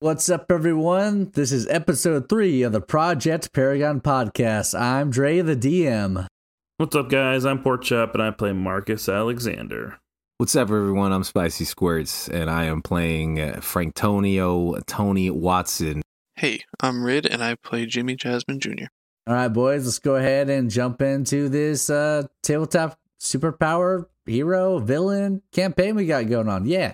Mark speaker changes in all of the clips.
Speaker 1: What's up, everyone? This is episode three of the Project Paragon podcast. I'm Dre, the DM.
Speaker 2: What's up, guys? I'm Pork Chop, and I play Marcus Alexander.
Speaker 3: What's up, everyone? I'm Spicy Squirts, and I am playing uh, Franktonio Tony Watson.
Speaker 4: Hey, I'm Rid, and I play Jimmy Jasmine Jr.
Speaker 1: All right, boys, let's go ahead and jump into this uh, tabletop superpower hero villain campaign we got going on. Yeah.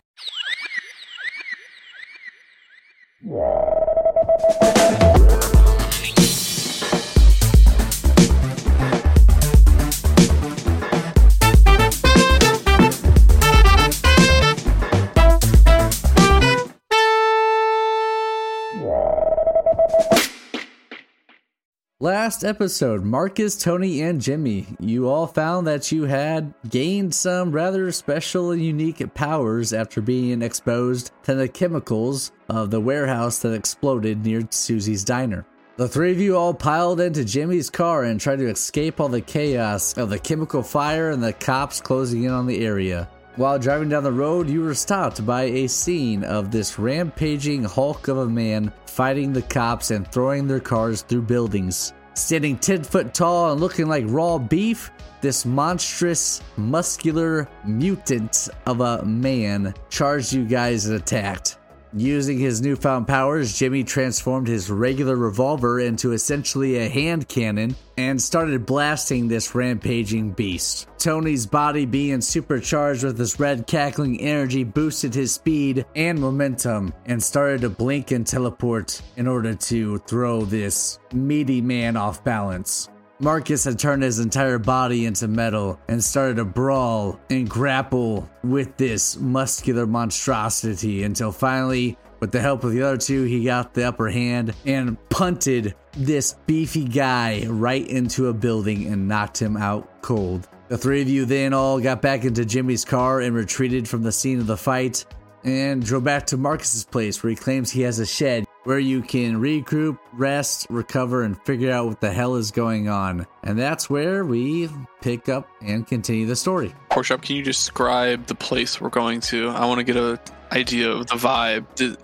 Speaker 1: Last episode, Marcus, Tony, and Jimmy, you all found that you had gained some rather special and unique powers after being exposed to the chemicals of the warehouse that exploded near Susie's diner. The three of you all piled into Jimmy's car and tried to escape all the chaos of the chemical fire and the cops closing in on the area. While driving down the road, you were stopped by a scene of this rampaging hulk of a man fighting the cops and throwing their cars through buildings. Standing 10 foot tall and looking like raw beef, this monstrous, muscular mutant of a man charged you guys and attacked. Using his newfound powers, Jimmy transformed his regular revolver into essentially a hand cannon and started blasting this rampaging beast. Tony's body being supercharged with his red cackling energy boosted his speed and momentum and started to blink and teleport in order to throw this meaty man off balance. Marcus had turned his entire body into metal and started to brawl and grapple with this muscular monstrosity until finally, with the help of the other two, he got the upper hand and punted this beefy guy right into a building and knocked him out cold. The three of you then all got back into Jimmy's car and retreated from the scene of the fight and drove back to Marcus's place where he claims he has a shed where you can regroup, rest, recover, and figure out what the hell is going on. And that's where we pick up and continue the story.
Speaker 4: Porkchop, can you describe the place we're going to? I want to get a idea of the vibe, the,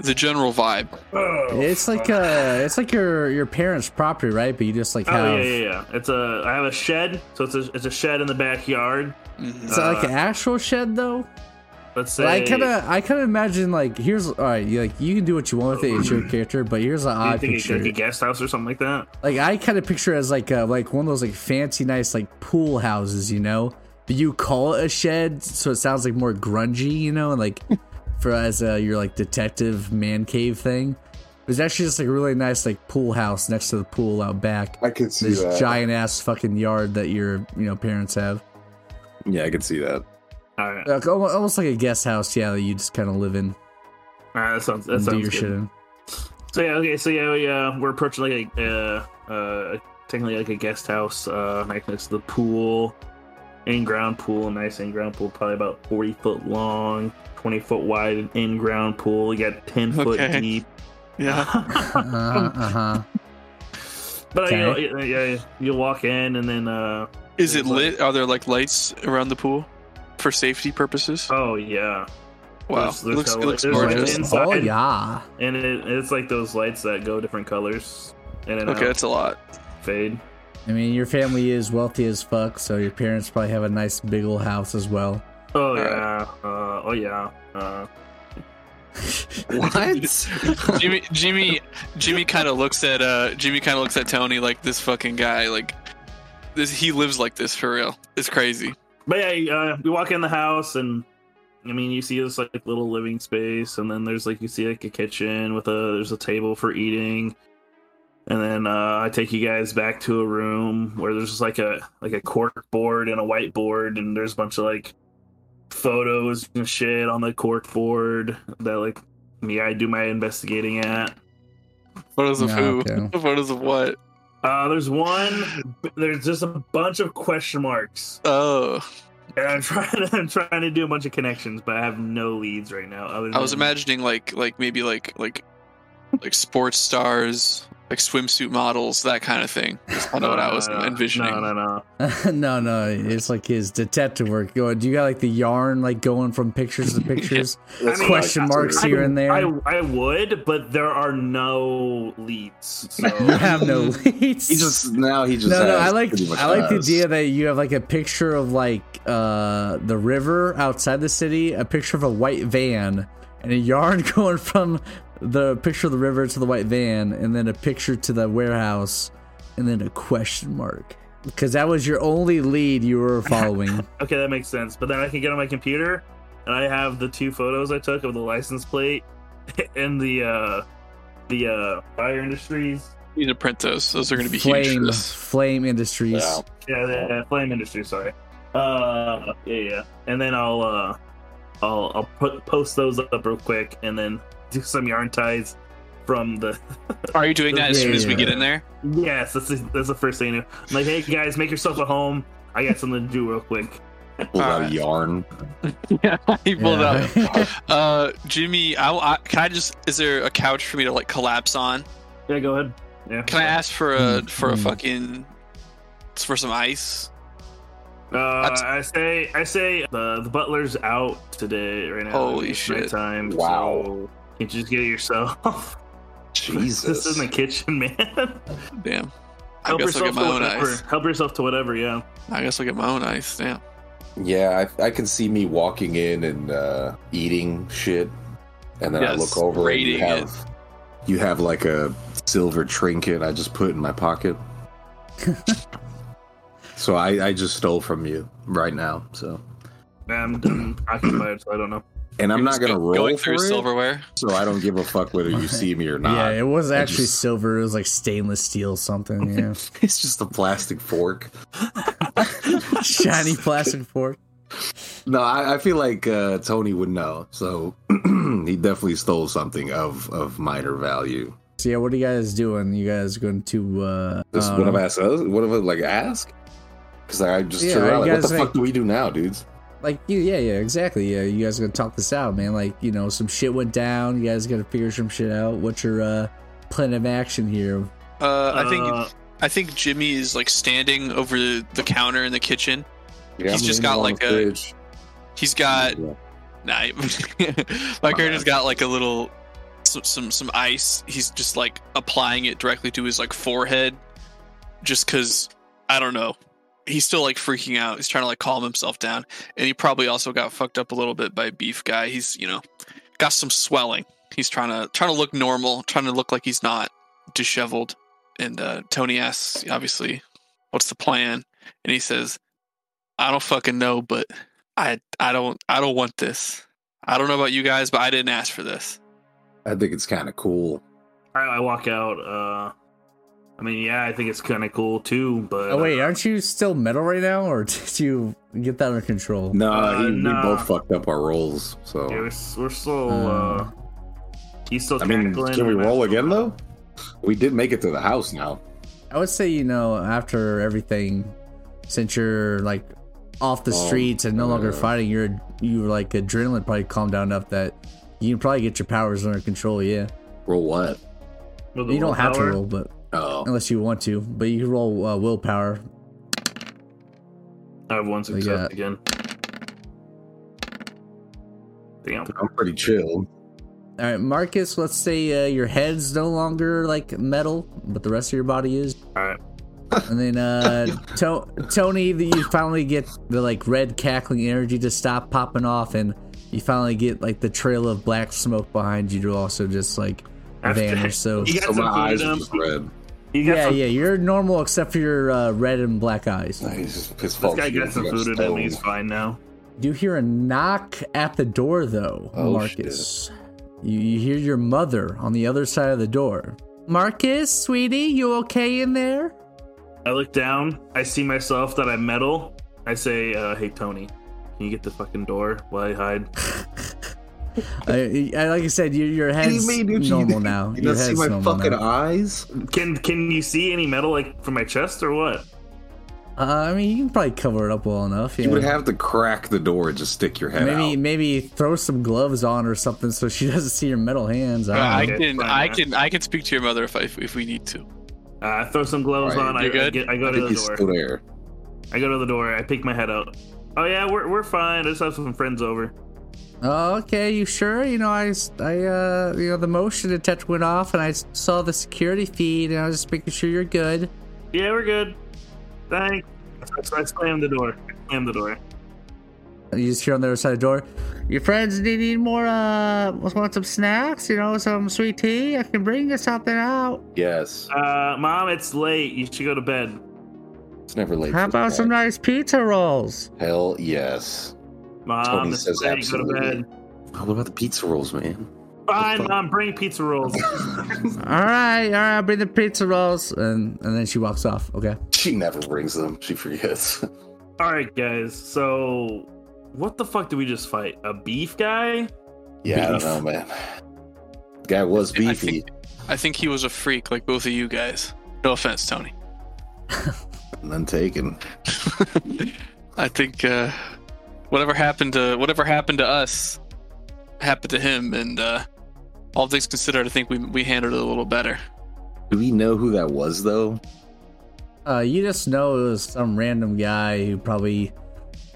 Speaker 4: the general vibe.
Speaker 2: Oh.
Speaker 1: it's like uh it's like your your parents' property, right? But you just like have
Speaker 2: Oh yeah, yeah, yeah. It's a. I have a shed, so it's a. It's a shed in the backyard.
Speaker 1: is it uh,
Speaker 2: Uh,
Speaker 1: like an actual shed though?
Speaker 2: Let's say.
Speaker 1: But I kind of I kind of imagine like here's all right, you, like you can do what you want with it. It's your character, but here's an
Speaker 2: Do you
Speaker 1: odd
Speaker 2: think it's
Speaker 1: picture.
Speaker 2: like a guest house or something like that?
Speaker 1: Like I kind of picture it as like a, like one of those like fancy nice like pool houses, you know. But you call it a shed, so it sounds like more grungy, you know, and like for as uh, your like detective man cave thing. It was actually just like a really nice like pool house next to the pool out back.
Speaker 5: I could see
Speaker 1: This
Speaker 5: that.
Speaker 1: giant ass fucking yard that your you know parents have,
Speaker 5: yeah, I could see that.
Speaker 2: All right.
Speaker 1: like, almo- almost like a guest house, yeah, that you just kind of live in,
Speaker 2: All right. That sounds. That
Speaker 1: and do
Speaker 2: sounds
Speaker 1: your
Speaker 2: good.
Speaker 1: shit in.
Speaker 2: So yeah. Okay. So yeah. We, uh, we're approaching like a. Uh, uh, technically like a guest house. Uh, right next to the pool, in ground pool, nice in ground pool, probably about forty foot long, twenty foot wide, in ground pool. You got ten foot
Speaker 4: Okay.
Speaker 2: deep.
Speaker 4: Yeah.
Speaker 1: Uh huh.
Speaker 2: But uh,
Speaker 1: Okay.
Speaker 2: you know, yeah, yeah, you walk in and then uh
Speaker 4: Is it lit? Are there like lights around the pool for safety purposes?
Speaker 2: oh yeah,
Speaker 4: Wow,
Speaker 2: there's-
Speaker 4: it
Speaker 2: there's
Speaker 4: looks,
Speaker 2: no
Speaker 4: it
Speaker 2: light.
Speaker 4: looks
Speaker 2: There's no
Speaker 4: gorgeous.
Speaker 2: light.
Speaker 1: oh
Speaker 2: Inside.
Speaker 1: yeah.
Speaker 2: and it, it's like those lights that go different colors and then
Speaker 4: Okay,
Speaker 2: okay.
Speaker 4: that's a lot.
Speaker 2: fade.
Speaker 1: I mean, your family is wealthy as fuck, so your parents probably have a nice big old house as well.
Speaker 2: Oh
Speaker 4: right.
Speaker 2: yeah, uh, oh yeah. Uh,
Speaker 3: What?
Speaker 4: Jimmy, Jimmy, Jimmy kind of looks at uh, Jimmy kind of looks at Tony like this fucking guy like this. He lives like this for real. It's crazy.
Speaker 2: but yeah, uh, we walk in the house and I mean you see this like little living space and then there's like you see like a kitchen with a there's a table for eating. And then uh, I take you guys back to a room where there's just like a like a cork board and a whiteboard and there's a bunch of like photos and shit on the cork board that like me I do my investigating at.
Speaker 4: Photos of
Speaker 1: Yeah,
Speaker 4: who?
Speaker 1: okay.
Speaker 4: Photos of what?
Speaker 2: Uh, there's one. There's just a bunch of question marks,
Speaker 4: Oh,
Speaker 2: and I'm trying. To, I'm trying to do a bunch of connections, but I have no leads
Speaker 1: Mm-hmm.
Speaker 2: right now. Other than
Speaker 4: I was imagining like like maybe like like like sports stars like swimsuit models, that kind of thing. That's kind of what I was
Speaker 1: Uh,
Speaker 2: No, no, no.
Speaker 4: envisioning.
Speaker 2: No, no, no.
Speaker 1: no, no, it's like his detective work going. Do you got like the yarn like going from pictures to pictures?
Speaker 5: That's
Speaker 2: mean,
Speaker 1: Question
Speaker 5: like,
Speaker 1: marks
Speaker 5: that's
Speaker 1: here and there.
Speaker 2: I, I would, but there are no leads. So
Speaker 1: you have no leads.
Speaker 5: He just now he just
Speaker 1: no, no. I
Speaker 5: has
Speaker 1: like
Speaker 5: pretty much
Speaker 1: I like the
Speaker 5: has.
Speaker 1: idea that you have like a picture of like uh the river outside the city, a picture of a white van, and a yarn going from the picture of the river to the white van, and then a picture to the warehouse, and then a question mark because that was your only lead you were following.
Speaker 2: okay, that makes sense. But then I can get on my computer, and I have the two photos I took of the license plate and the uh, the uh, fire industries.
Speaker 4: You need to print those. Those are going to be huge for
Speaker 1: Flame
Speaker 4: this.
Speaker 1: Flame Industries.
Speaker 5: Yeah.
Speaker 2: Yeah, yeah, yeah, flame industries. Sorry. Uh, yeah, yeah. And then I'll uh, I'll I'll put post those up real quick, and then do some yarn ties from the
Speaker 4: Are you doing that as soon as we
Speaker 1: Yeah.
Speaker 4: get in there?
Speaker 2: Yes, that's the, that's the first thing. I do. I'm like, hey guys, make yourself at home. I got something to do real quick.
Speaker 5: Pulled out
Speaker 4: Alright.
Speaker 5: a yarn.
Speaker 4: He pulled
Speaker 1: Yeah.
Speaker 4: up. Uh, Jimmy, I, I, can I just? Is there a couch for me to like collapse on?
Speaker 2: Yeah, go ahead. Yeah.
Speaker 4: Can I ask for a
Speaker 1: Mm,
Speaker 4: for a
Speaker 1: mm.
Speaker 4: fucking for some ice?
Speaker 2: Uh, I say, I say, the the butler's out today right now.
Speaker 4: Holy shit.
Speaker 2: Time.
Speaker 5: Wow.
Speaker 2: So you just get it yourself.
Speaker 5: Jesus.
Speaker 2: this is in the kitchen, man.
Speaker 4: Damn. I guess I'll get my
Speaker 2: to
Speaker 4: own
Speaker 2: whatever.
Speaker 4: ice.
Speaker 2: Help yourself to whatever. Yeah.
Speaker 4: I guess I'll get my own ice. Damn.
Speaker 5: Yeah, I, I can see me walking in and uh, eating shit, and then I
Speaker 4: Yes,
Speaker 5: look over and you
Speaker 4: raiding
Speaker 5: have you have like a silver trinket I just put in my pocket. so I, I just stole from you right now. So,
Speaker 2: I'm, I'm occupied, so I don't know.
Speaker 5: and I'm
Speaker 4: You're
Speaker 5: not
Speaker 4: just
Speaker 5: gonna
Speaker 4: go-
Speaker 5: roll
Speaker 4: going
Speaker 5: for
Speaker 4: through
Speaker 5: it,
Speaker 4: silverware.
Speaker 5: so I don't give a fuck whether you see me or
Speaker 1: Yeah,
Speaker 5: not.
Speaker 1: it was
Speaker 5: I
Speaker 1: actually
Speaker 5: just-
Speaker 1: silver. It was like stainless steel, something. Yeah,
Speaker 5: it's just a plastic fork.
Speaker 1: shiny plastic fork.
Speaker 5: No, I, I feel like uh, Tony would know. So he definitely stole something of of minor value.
Speaker 1: So yeah, what are you guys doing? You guys going to? uh
Speaker 5: This
Speaker 1: uh,
Speaker 5: one
Speaker 2: Um,
Speaker 5: of us, one of us, like ask, because I just
Speaker 1: Yeah,
Speaker 5: turned around,
Speaker 1: I
Speaker 5: like, what the
Speaker 1: guess, like-
Speaker 5: fuck do we do now, dudes?
Speaker 1: like you? Yeah, yeah, exactly. Yeah, you guys gonna talk this out, man? Like you know, some shit went down. You guys gotta figure some shit out. What's your uh plan of action here?
Speaker 4: Uh, I think
Speaker 2: Uh,
Speaker 4: I think Jimmy is like standing over the counter in the kitchen.
Speaker 5: Yeah,
Speaker 4: He's
Speaker 5: I'm
Speaker 4: just
Speaker 5: leaning
Speaker 4: got,
Speaker 5: on
Speaker 4: like,
Speaker 5: the
Speaker 4: a-
Speaker 5: fridge.
Speaker 4: He's got
Speaker 5: Yeah.
Speaker 4: nah, my character's got like a little some, some some ice. He's just like applying it directly to his like forehead, just because I don't know. He's still like freaking out. He's trying to like calm himself down, and he probably also got fucked up a little bit by beef guy. He's you know got some swelling. He's trying to trying to look normal, trying to look like he's not disheveled. And uh, Tony asks, obviously, what's the plan? And he says, I don't fucking know, but I I don't I don't want this. I don't know about you guys, but I didn't ask for this.
Speaker 5: I think it's kind of cool.
Speaker 2: I, I walk out. Uh, I mean, yeah, I think it's kind of cool too, but uh,
Speaker 1: Oh wait, aren't you still metal right now, or did you get that under control?
Speaker 5: No,
Speaker 2: Uh,
Speaker 5: he,
Speaker 2: nah.
Speaker 5: we both fucked up our rolls. So
Speaker 2: Yeah, we're, s- we're still.
Speaker 1: Uh,
Speaker 2: Uh, he's still.
Speaker 5: I mean,
Speaker 2: cackling.
Speaker 5: can we roll again
Speaker 2: uh,
Speaker 5: though? We did make it to the house now.
Speaker 1: I would say you know after everything, since you're like off the
Speaker 5: Oh,
Speaker 1: streets and no longer
Speaker 5: yeah.
Speaker 1: fighting, your you like adrenaline probably calmed down enough that you can probably get your powers under control. Yeah,
Speaker 5: Roll what?
Speaker 2: With the
Speaker 1: you don't have to
Speaker 2: willpower?
Speaker 1: roll, but
Speaker 5: Oh,
Speaker 1: unless you want to, but you can roll uh, willpower.
Speaker 2: I have one
Speaker 1: Like
Speaker 2: success
Speaker 1: that.
Speaker 2: again. Damn.
Speaker 5: I'm pretty chill.
Speaker 1: All right, Marcus. Let's say uh, your head's no longer like metal, but the rest of your body is.
Speaker 2: All right.
Speaker 1: And then uh, to- Tony, that you finally get the like red cackling energy to stop popping off, and you finally get like the trail of black smoke behind you to also just like
Speaker 2: After-
Speaker 1: vanish. So
Speaker 2: You got
Speaker 5: So
Speaker 2: some
Speaker 5: my eyes
Speaker 2: food
Speaker 5: are
Speaker 2: in
Speaker 5: just
Speaker 2: them.
Speaker 5: red.
Speaker 2: You got
Speaker 1: yeah,
Speaker 2: some,
Speaker 1: yeah, you're normal except for your uh, red and black eyes.
Speaker 5: He's just pissed
Speaker 2: This
Speaker 5: off.
Speaker 2: guy got
Speaker 5: He's
Speaker 2: some
Speaker 5: got
Speaker 2: food in him. He's
Speaker 5: stones.
Speaker 2: fine now.
Speaker 1: Do you hear a knock at the door though,
Speaker 5: Oh,
Speaker 1: Marcus? You, you hear your mother on the other side of the door. Marcus, sweetie, you okay in there?
Speaker 2: I look down. I see myself that I'm metal. I say, uh, "Hey Tony, can you get the fucking door while I hide?"
Speaker 1: I, I, like I said, you, your
Speaker 5: What do
Speaker 1: head's
Speaker 5: you mean, dude? You-
Speaker 1: normal now.
Speaker 5: You
Speaker 1: Your
Speaker 5: don't see
Speaker 1: head's
Speaker 5: my
Speaker 1: normal
Speaker 5: fucking
Speaker 1: now.
Speaker 5: eyes?
Speaker 2: Can Can you see any metal like from my chest or what?
Speaker 1: Uh, I mean, you can probably cover it up well enough. Yeah.
Speaker 5: You would have to crack the door and just stick your head
Speaker 1: maybe
Speaker 5: out.
Speaker 1: maybe throw some gloves on or something so she doesn't see your metal hands. I
Speaker 4: Uh,
Speaker 1: don't
Speaker 4: I
Speaker 1: know.
Speaker 2: Oh, okay,
Speaker 4: can,
Speaker 2: fine,
Speaker 4: I
Speaker 2: yeah.
Speaker 4: can, I can speak to your mother if I, if we need to.
Speaker 2: Uh, throw some gloves
Speaker 5: Alright,
Speaker 2: on. I,
Speaker 4: you
Speaker 2: I,
Speaker 4: good?
Speaker 2: get, I go
Speaker 5: I
Speaker 2: to
Speaker 5: think he's
Speaker 2: the
Speaker 5: still
Speaker 2: door.
Speaker 5: there.
Speaker 2: I go to the door. I peek my head out. Oh yeah, we're we're fine. I just have some friends over.
Speaker 1: Oh, okay, you sure? You know, I, s- I, uh, you know, the motion detector went off, and I s- saw the security feed, and I was just making sure you're good.
Speaker 2: Yeah, we're good. Thanks. So I slammed the door. I slammed the door.
Speaker 1: And you just hear on the other side of the door, your friends need, need more, uh, want some snacks? You know, some sweet tea? I can bring you something out.
Speaker 5: Yes.
Speaker 2: Uh, Mom, it's late. You should go to bed.
Speaker 5: It's never late.
Speaker 1: How
Speaker 5: for
Speaker 1: about some
Speaker 5: that.
Speaker 1: nice pizza rolls?
Speaker 5: Hell yes.
Speaker 2: Mom,
Speaker 5: Tony
Speaker 2: it's
Speaker 5: says
Speaker 2: late. Go to
Speaker 5: absolutely.
Speaker 2: bed.
Speaker 5: Oh, what about the pizza rolls, man?
Speaker 2: Fine, Mom. Bring pizza rolls.
Speaker 1: All right, all right, I'll bring the pizza rolls. And, and then she walks off. Okay.
Speaker 5: She never brings them. She forgets.
Speaker 2: All right, guys. So, what the fuck did we just fight? A beef guy?
Speaker 5: yeah, I
Speaker 2: Beef.
Speaker 5: don't know, man. Guy was
Speaker 4: I
Speaker 5: beefy.
Speaker 4: think, I think he was a freak, like both of you guys. No offense, Tony.
Speaker 5: None taken.
Speaker 4: I think uh, whatever happened to whatever happened to us happened to him, and uh, all things considered, I think we we handled it a little better.
Speaker 5: Do we know who that was, though?
Speaker 1: Uh, you just know it was some random guy who probably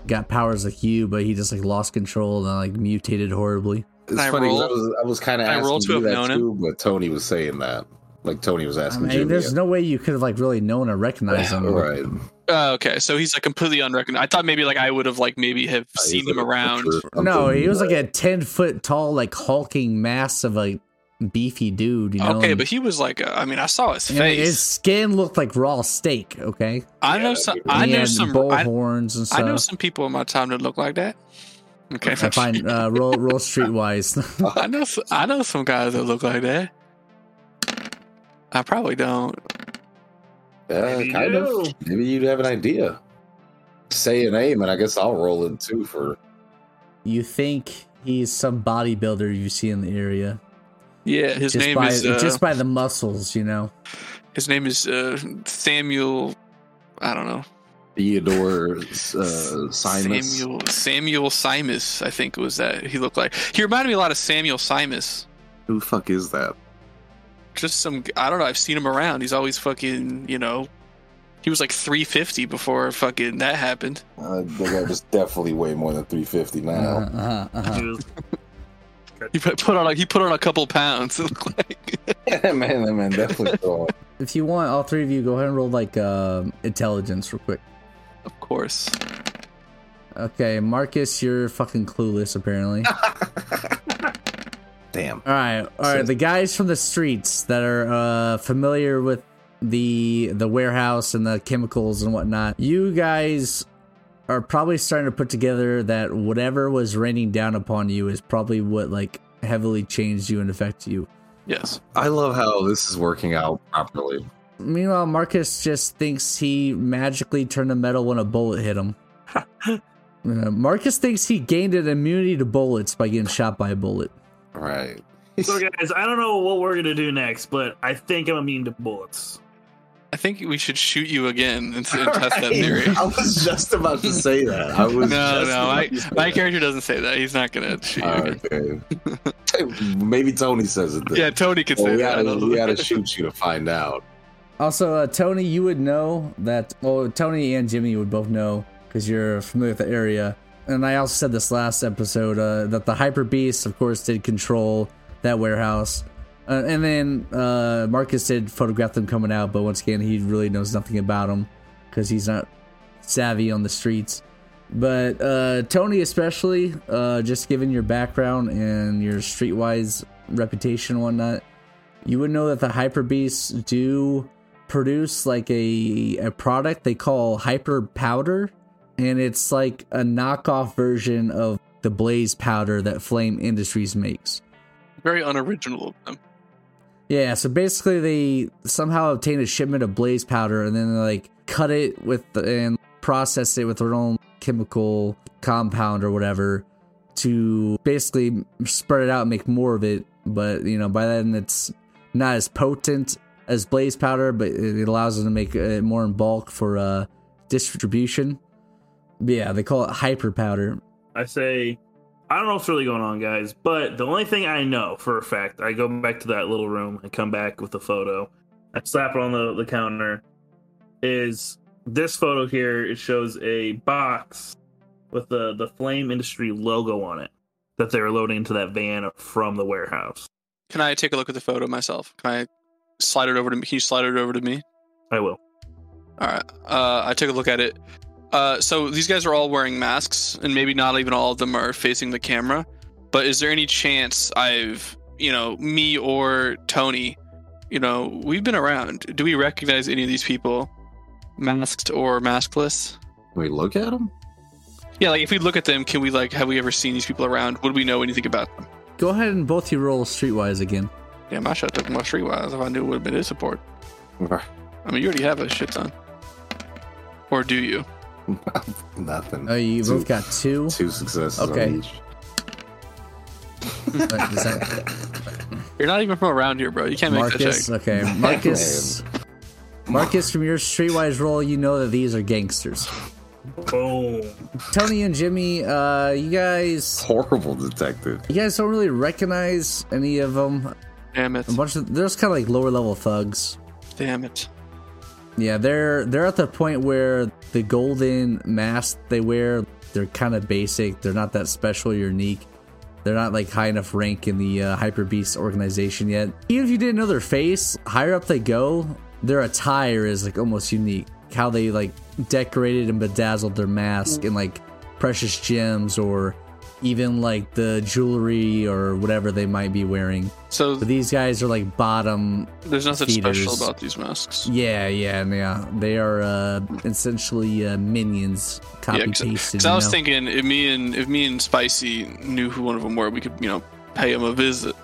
Speaker 1: got powers like you, but he just like lost control and like mutated horribly.
Speaker 5: It's
Speaker 4: I
Speaker 5: funny. 'cause I
Speaker 4: roll-
Speaker 5: was, I was kind of
Speaker 4: I
Speaker 5: asking
Speaker 4: roll to
Speaker 5: you
Speaker 4: have
Speaker 5: that
Speaker 4: known him.
Speaker 5: too, but Tony was saying that. Like Tony was
Speaker 1: I
Speaker 5: asking
Speaker 1: mean,
Speaker 5: Jimmy.
Speaker 1: there's no way you could have like really known or recognized him.
Speaker 5: right.
Speaker 4: Uh, okay, so he's like completely unrecognized. I thought maybe like I would have like maybe have seen him around.
Speaker 1: No, he was like a ten foot tall, like hulking mass of a beefy dude. You know,
Speaker 4: Okay,
Speaker 1: and-
Speaker 4: but he was like, uh, I mean, I saw his
Speaker 1: and his
Speaker 4: face.
Speaker 1: skin looked like raw steak. Okay,
Speaker 4: I know
Speaker 5: Yeah,
Speaker 4: some.
Speaker 5: that'd be
Speaker 4: I
Speaker 1: he
Speaker 4: know
Speaker 1: had
Speaker 4: some.
Speaker 1: bull
Speaker 4: I,
Speaker 1: horns and
Speaker 4: I
Speaker 1: stuff.
Speaker 4: know some people in my time that look like that. Okay,
Speaker 1: I find uh, roll roll streetwise.
Speaker 4: I know s- I know some guys that look like that. I probably don't.
Speaker 5: Yeah,
Speaker 2: Maybe you
Speaker 5: kind
Speaker 2: do.
Speaker 5: of. Maybe you'd have an idea. Say a name, and I guess I'll roll it too for.
Speaker 1: you think he's some bodybuilder you see in the area?
Speaker 4: Yeah, his
Speaker 1: just
Speaker 4: name
Speaker 1: by
Speaker 4: is uh,
Speaker 1: just by the muscles, you know.
Speaker 4: his name is uh, Samuel. I don't know
Speaker 5: Theodore uh, Simus.
Speaker 4: Samuel Samuel Simus. I think was that he looked like. He reminded me a lot of Samuel Simus.
Speaker 5: Who the fuck is that?
Speaker 4: Just some. g- I don't know. I've seen him around. He's always fucking. You know, he was like 350 before fucking that happened.
Speaker 5: Uh, the guy was definitely way more than 350 now.
Speaker 1: Uh-huh, uh-huh, uh-huh.
Speaker 2: He was-
Speaker 4: He put put on a, he put on a couple pounds. It looked like.
Speaker 5: man, that man definitely throwing.
Speaker 1: If you want, all three of you go ahead and roll like um, intelligence real quick.
Speaker 4: Of course.
Speaker 1: Okay, Marcus, you're fucking clueless apparently.
Speaker 5: Damn.
Speaker 1: all right, all right. The guys from the streets that are uh, familiar with the the warehouse and the chemicals and whatnot. You guys are probably starting to put together that whatever was raining down upon you is probably what like heavily changed you and affected you.
Speaker 4: Yes.
Speaker 5: I love how this is working out properly.
Speaker 1: Meanwhile, Marcus just thinks he magically turned to metal when a bullet hit him. Uh, Marcus thinks he gained an immunity to bullets by getting shot by a bullet.
Speaker 5: Right.
Speaker 2: so, guys, I don't know what we're gonna do next, but I think I'm immune to bullets.
Speaker 4: I think we should shoot you again and, and test that theory.
Speaker 5: I was just about to say that. I was
Speaker 4: No,
Speaker 5: just
Speaker 4: no,
Speaker 5: about
Speaker 4: my,
Speaker 5: to say
Speaker 4: my
Speaker 5: that.
Speaker 4: character doesn't say that. He's not gonna shoot you. again.
Speaker 5: Okay. Maybe Tony says it. Then.
Speaker 4: Yeah, Tony can
Speaker 5: Well,
Speaker 4: say
Speaker 5: we,
Speaker 4: that. I
Speaker 5: gotta,
Speaker 4: don't know.
Speaker 5: we gotta shoot you to find out.
Speaker 1: Also, uh, Tony, you would know that. Well, Tony and Jimmy would both know because you're familiar with the area. And I also said this last episode uh, that the Hyper Beast, of course, did control that warehouse. Uh, and then uh, Marcus did photograph them coming out, but once again, he really knows nothing about them because he's not savvy on the streets. But uh, Tony, especially, uh, just given your background and your streetwise reputation and whatnot, you would know that the Hyper Beasts do produce like a a product they call hyper powder and it's like a knockoff version of the blaze powder that flame industries makes
Speaker 4: Very unoriginal of them.
Speaker 1: yeah so basically they somehow obtain a shipment of blaze powder and then they like cut it with and process it with their own chemical compound or whatever to basically spread it out and make more of it but you know by then it's not as potent as blaze powder, but it allows them to make it more in bulk for uh, distribution. Yeah, they call it hyper powder.
Speaker 2: I say, I don't know what's really going on, guys, but the only thing I know for a fact, I go back to that little room and come back with a photo. I slap it on the, the counter. Is this photo here? It shows a box with the, the Flame Industry logo on it that they were loading into that van from the warehouse.
Speaker 4: Can I take a look at the photo myself? Can I slide it over to me? Can you slide it over to me?
Speaker 2: I will.
Speaker 4: All right. Uh, I took a look at it. Uh, so these guys are all wearing masks, and maybe not even all of them are facing the camera. But is there any chance I've, you know, me or Tony, you know, we've been around. Do we recognize any of these people, masked or maskless?
Speaker 5: Can we look at them?
Speaker 4: Yeah, like if we look at them, can we like have we ever seen these people around? Would we know anything about them?
Speaker 1: Go ahead and both you roll streetwise again.
Speaker 4: Damn, I should have took my streetwise if I knew it would have been his support. I mean, you already have a shit ton, or do you?
Speaker 5: Nothing.
Speaker 1: Oh, you
Speaker 5: Two-
Speaker 1: both got two.
Speaker 5: Two successes
Speaker 1: Okay.
Speaker 5: on each.
Speaker 1: Like, is that
Speaker 4: You're not even from around here, bro. You can't make that
Speaker 1: Marcus,
Speaker 4: check.
Speaker 1: okay, Marcus. Marcus, from your streetwise roll, you know that these are gangsters. Oh.
Speaker 2: Boom.
Speaker 1: Tony and Jimmy, uh, you guys,
Speaker 5: Horrible detective.
Speaker 1: you guys don't really recognize any of them.
Speaker 4: Damn it!
Speaker 1: A bunch of there's kind of like lower level thugs.
Speaker 4: Damn it!
Speaker 1: Yeah, they're they're at the point where the golden mask they wear, they're kind of basic. They're not that special, or unique. They're not like high enough rank in the uh, Hyper Beast organization yet. Even if you didn't know their face, higher up they go, their attire is like almost unique. How they like decorated and bedazzled their mask and like precious gems or even like the jewelry or whatever they might be wearing.
Speaker 4: So
Speaker 1: But these guys are like bottom
Speaker 4: there's nothing
Speaker 1: Feeders.
Speaker 4: special about these masks.
Speaker 1: yeah, yeah, and yeah. They are uh, essentially uh, minions copy
Speaker 4: Yeah, 'cause-
Speaker 1: pasted.
Speaker 4: Because I was thinking, if me and if me and Spicy knew who one of them were, we could, you know, pay him a visit.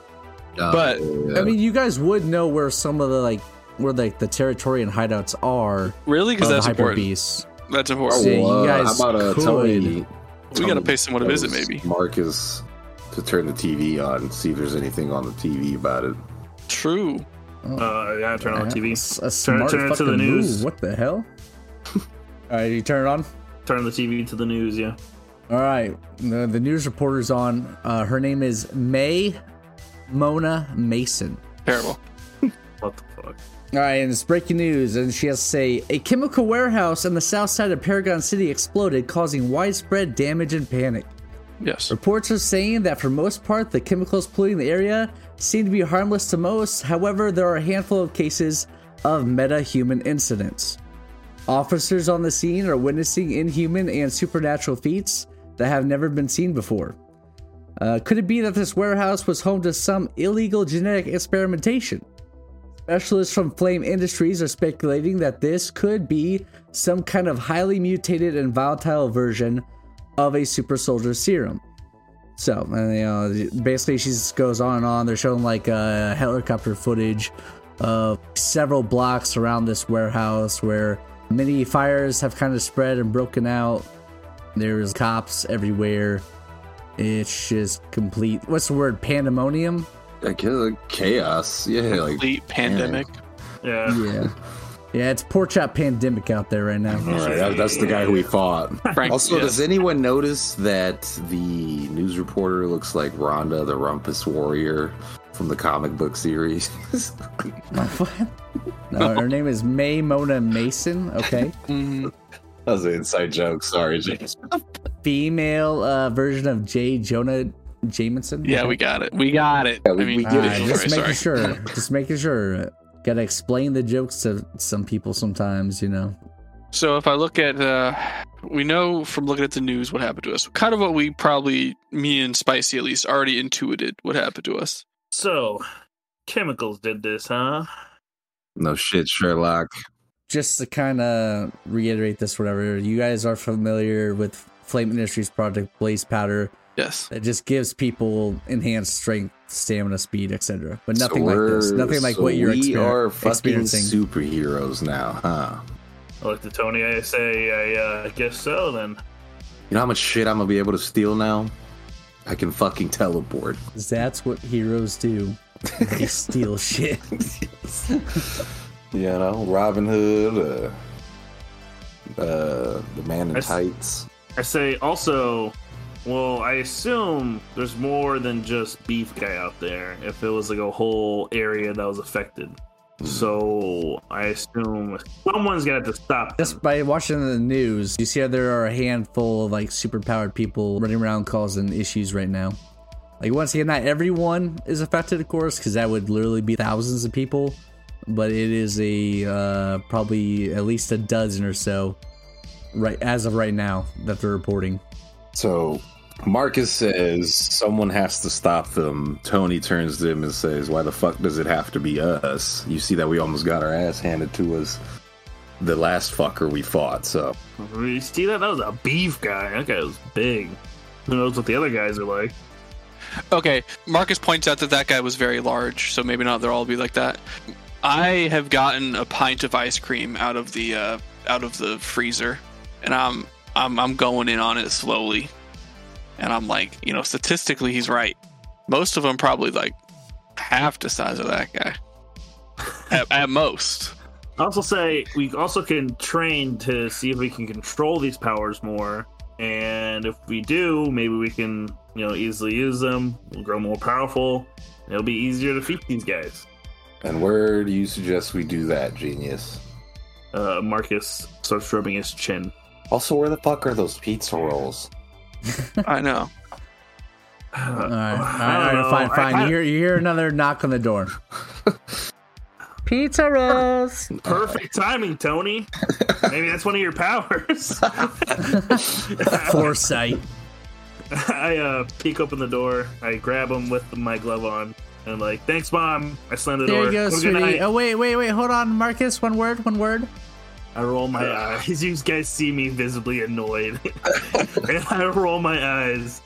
Speaker 5: Uh,
Speaker 4: But-
Speaker 1: I mean, you guys would know where some of the like where like the territory and hideouts are.
Speaker 4: Really?
Speaker 1: of
Speaker 4: Because
Speaker 1: the
Speaker 4: that's
Speaker 1: hyper
Speaker 4: important.
Speaker 1: beasts.
Speaker 4: That's
Speaker 5: oh,
Speaker 4: important.
Speaker 1: see, you
Speaker 5: uh,
Speaker 1: guys
Speaker 5: how about uh, Tony?
Speaker 4: We gotta pay someone a
Speaker 5: tells
Speaker 4: visit, maybe.
Speaker 5: Marcus to turn the TV on, and see if there's anything on the TV about it.
Speaker 4: True.
Speaker 2: Uh, yeah, turn on the TV.
Speaker 1: A smart
Speaker 2: turn it to the
Speaker 1: fucking
Speaker 2: news.
Speaker 1: move. What the hell? All right, you turn it on.
Speaker 2: Turn the TV to the news. Yeah.
Speaker 1: All right, the, the news reporter's on. Uh, her name is May Mona Mason.
Speaker 4: Terrible.
Speaker 2: What the fuck?
Speaker 1: All right, and it's breaking news, and she has to say a chemical warehouse on the south side of Paragon City exploded, causing widespread damage and panic.
Speaker 4: Yes.
Speaker 1: Reports are saying that for most part, the chemicals polluting the area seem to be harmless to most. However, there are a handful of cases of meta-human incidents. Officers on the scene are witnessing inhuman and supernatural feats that have never been seen before. Uh, could it be that this warehouse was home to some illegal genetic experimentation? Specialists from Flame Industries are speculating that this could be some kind of highly mutated and volatile version of a super soldier serum. So, and, you know, basically, she just goes on and on. They're showing like uh, helicopter footage of several blocks around this warehouse where many fires have kind of spread and broken out. There's cops everywhere. It's just complete. What's the word? Pandemonium.
Speaker 5: I guess, uh, chaos. Yeah, like
Speaker 4: Complete pandemic.
Speaker 2: Yeah.
Speaker 1: Yeah, yeah. It's pork chop pandemic out there right now.
Speaker 5: all right, that, that's the guy who we fought.
Speaker 4: Frank,
Speaker 5: Also,
Speaker 4: yes.
Speaker 5: does anyone notice that the news reporter looks like Rhonda, the Rumpus Warrior from the comic book series?
Speaker 1: what? No, her name is May Mona Mason. Okay.
Speaker 4: Mm,
Speaker 5: That was an inside joke. Sorry, James.
Speaker 1: female uh, version of J. Jonah Jameson.
Speaker 4: yeah, we got it. We got it.
Speaker 5: Yeah, we-
Speaker 4: I mean,
Speaker 5: we
Speaker 1: All
Speaker 5: get it.
Speaker 1: right,
Speaker 4: sorry,
Speaker 1: just making
Speaker 4: sorry.
Speaker 1: sure. Just making sure. Gotta explain the jokes to some people sometimes, you know.
Speaker 4: So if I look at, uh, we know from looking at the news what happened to us. Kind of what we probably, me and Spicy at least, already intuited what happened to us.
Speaker 2: So, chemicals did this, huh?
Speaker 5: No shit, Sherlock.
Speaker 1: Just to kind of reiterate this, whatever you guys are familiar with, Flame Industries product Blaze Powder
Speaker 4: Yes.
Speaker 1: that just gives people enhanced strength, stamina, speed, etc. But nothing
Speaker 5: So
Speaker 1: like this.
Speaker 5: we're-
Speaker 1: Nothing like
Speaker 5: so
Speaker 1: what you're
Speaker 5: we
Speaker 1: exper-
Speaker 5: are fucking
Speaker 1: experiencing.
Speaker 5: superheroes now, huh?
Speaker 2: I look to Oh, Tony. I say, I uh, guess so. Then
Speaker 5: You know how much shit I'm gonna be able to steal now? I can fucking teleport.
Speaker 1: That's what heroes do. They steal shit.
Speaker 5: You know, Robin Hood, uh, uh, the man in
Speaker 2: That's-
Speaker 5: tights.
Speaker 2: I say also, well, I assume there's more than just beef guy out there. If it was like a whole area that was affected, so I assume someone's gonna have to stop. This.
Speaker 1: Just by watching the news, you see how there are a handful of like superpowered people running around causing issues right now. Like once again, not everyone is affected, of course, because that would literally be thousands of people. But it is a uh, probably at least a dozen or so, right as of right now that they're reporting.
Speaker 5: So Marcus says someone has to stop them. Tony turns to him and says, Why the fuck does it have to be us? You see that we almost got our ass handed to us the last fucker we fought, so
Speaker 2: You see that? That was a beef guy. That guy was big. Who knows what the other guys are like?
Speaker 4: Okay, Marcus points out that that guy was very large, so maybe not. They'll all be like that. I have gotten a pint of ice cream out of the uh, out of the freezer, and I'm I'm I'm going in on it slowly, and I'm like, you know, statistically he's right. Most of them probably like half the size of that guy, at, at most.
Speaker 2: I also say we also can train to see if we can control these powers more. And if we do, maybe we can, you know, easily use them. We'll grow more powerful. and it'll be easier to defeat these guys.
Speaker 5: and where do you suggest we do that, genius?
Speaker 2: Uh, Marcus starts rubbing his chin.
Speaker 5: Also, where the fuck are those pizza rolls?
Speaker 4: I know.
Speaker 1: All right, all right,
Speaker 2: I
Speaker 1: all
Speaker 2: don't
Speaker 1: right fine,
Speaker 2: know. I
Speaker 1: fine. You
Speaker 2: kinda-
Speaker 1: hear, you hear another knock on the door. Pizza rolls.
Speaker 2: Perfect timing, Tony. Maybe that's one of your powers.
Speaker 1: Foresight.
Speaker 2: I uh, peek open the door. I grab him with my glove on. And I'm like, thanks, mom. I slam the
Speaker 1: There
Speaker 2: door.
Speaker 1: you go,
Speaker 2: Have a good
Speaker 1: sweetie.
Speaker 2: night.
Speaker 1: Oh wait, wait, wait. Hold on, Marcus. One word. One word.
Speaker 2: I roll my eyes. You guys see me visibly annoyed. and I roll my eyes.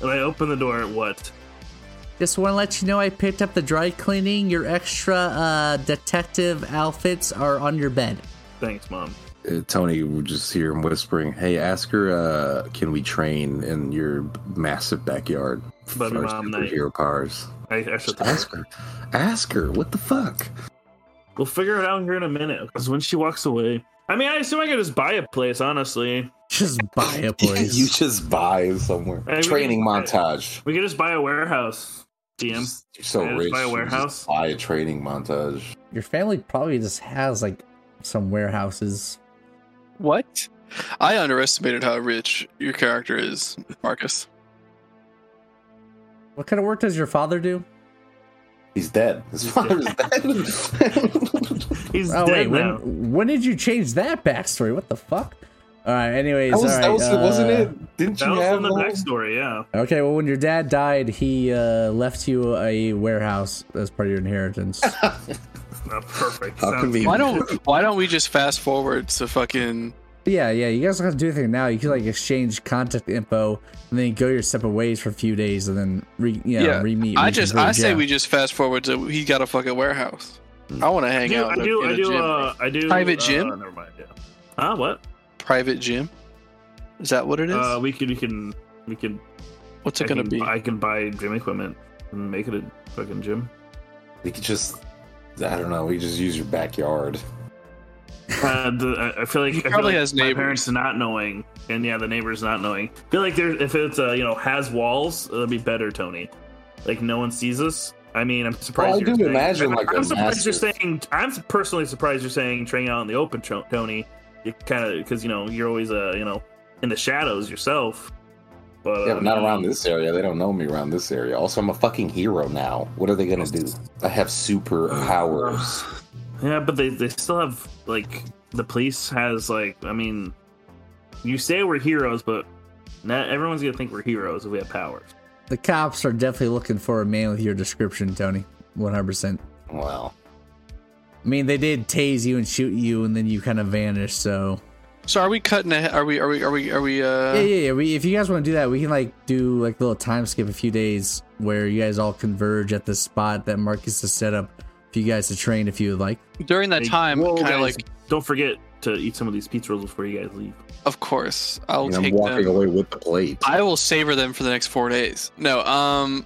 Speaker 2: And I open the door at what?
Speaker 1: Just want to let you know I picked up the dry cleaning. Your extra uh, detective outfits are on your bed.
Speaker 2: Thanks, Mom.
Speaker 5: Uh, Tony would just hear him whispering, "Hey, ask her, uh, can we train in your massive backyard
Speaker 2: Love you,
Speaker 5: for
Speaker 2: Mom. Night.
Speaker 5: superhero powers?"
Speaker 2: I, I should
Speaker 5: Ask her. Ask her. What the fuck?
Speaker 2: We'll figure it out here in a minute. Because when she walks away. I mean, I assume I could just buy a place, honestly.
Speaker 1: Just buy a place.
Speaker 5: you just buy somewhere.
Speaker 2: I mean,
Speaker 5: training
Speaker 2: I-
Speaker 5: montage.
Speaker 2: We could just buy a warehouse, GM.
Speaker 5: Just- You're so
Speaker 2: Yeah, just
Speaker 5: rich.
Speaker 2: buy a
Speaker 5: you
Speaker 2: warehouse.
Speaker 5: buy a training montage.
Speaker 1: Your family probably just has like some warehouses.
Speaker 4: What? I underestimated how rich your character is, Marcus.
Speaker 1: What kind of work does your father do?
Speaker 5: He's dead. His father's dead.
Speaker 2: He's
Speaker 1: Oh wait,
Speaker 2: dead now.
Speaker 1: when, when did you change that backstory? What the fuck? All right. Anyways,
Speaker 5: that was,
Speaker 1: all right,
Speaker 5: that was, wasn't
Speaker 1: uh,
Speaker 5: it? Didn't
Speaker 2: That
Speaker 5: you
Speaker 2: was
Speaker 5: have
Speaker 2: in the
Speaker 5: the whole-
Speaker 2: backstory, yeah.
Speaker 1: Okay, well, when your dad died, he uh, left you a warehouse as part of your inheritance.
Speaker 2: Uh, perfect.
Speaker 5: How
Speaker 2: Sounds-
Speaker 5: convenient.
Speaker 4: Why don't Why don't we just fast forward to fucking
Speaker 1: Yeah, yeah. You guys don't have to do anything now. You can like exchange contact info and then go your separate ways for a few days and then re you know,
Speaker 4: Yeah,
Speaker 1: re-meet.
Speaker 4: I just I
Speaker 1: reconverge,
Speaker 4: say
Speaker 1: yeah.
Speaker 4: we just fast forward to he got a fucking warehouse. I want to
Speaker 2: I
Speaker 4: hang
Speaker 2: do,
Speaker 4: out.
Speaker 2: I
Speaker 4: in a-
Speaker 2: do,
Speaker 4: in
Speaker 2: I
Speaker 4: a
Speaker 2: do,
Speaker 4: gym.
Speaker 2: uh, I do.
Speaker 4: Private
Speaker 2: uh,
Speaker 4: gym?
Speaker 2: Never mind, yeah. Huh, what?
Speaker 4: private gym. Is that what it is?
Speaker 2: Uh, we could, we can, we can.
Speaker 4: What's
Speaker 2: I
Speaker 4: it gonna
Speaker 2: can-
Speaker 4: be?
Speaker 2: I can buy gym equipment and make it a fucking gym.
Speaker 5: We could just. I don't know. We just use your backyard.
Speaker 2: Uh, the, I- I feel like
Speaker 4: He
Speaker 2: I feel
Speaker 4: probably
Speaker 2: like
Speaker 4: has
Speaker 2: my
Speaker 4: neighbors.
Speaker 2: parents not knowing, and yeah, the neighbors not knowing. I feel like there, if it's uh, you know has walls, it'll be better, Tony. Like no one sees us. I mean, I'm surprised.
Speaker 5: Well, I
Speaker 2: you're
Speaker 5: do
Speaker 2: saying-
Speaker 5: imagine, like,
Speaker 2: I'm
Speaker 5: a
Speaker 2: surprised you're
Speaker 5: massive-
Speaker 2: saying. I'm personally surprised you're saying train out in the open, Tro- Tony. You kind of because you know you're always uh you know in the shadows yourself. But
Speaker 5: Yeah,
Speaker 2: uh,
Speaker 5: but not
Speaker 2: you know,
Speaker 5: around this area. They don't know me around this area. Also, I'm a fucking hero now. What are they gonna do? I have superpowers.
Speaker 2: Yeah, but they, they still have like the police has like I mean, you say we're heroes, but not everyone's gonna think we're heroes if we have powers.
Speaker 1: the cops are definitely looking for a man with your description, Tony. One hundred percent.
Speaker 5: Wow.
Speaker 1: I mean, they did tase you and shoot you, and then you kind of vanished. So
Speaker 4: so are we cutting? ahe- Are we? Are we? Are we? Are we? Uh,
Speaker 1: yeah, yeah, yeah. We, if you guys want to do that, we can like do like a little time skip, a few days where you guys all converge at the spot that Marcus has set up for you guys to train if you would like.
Speaker 4: During that
Speaker 2: Hey,
Speaker 4: time,
Speaker 2: whoa,
Speaker 4: kind of
Speaker 2: guys,
Speaker 4: like,
Speaker 2: don't forget to eat some of these pizza rolls before you guys leave.
Speaker 4: of course, I'll
Speaker 5: And I'm
Speaker 4: take
Speaker 5: walking
Speaker 4: them.
Speaker 5: away with the plate.
Speaker 4: I will savor them for the next four days. No, um,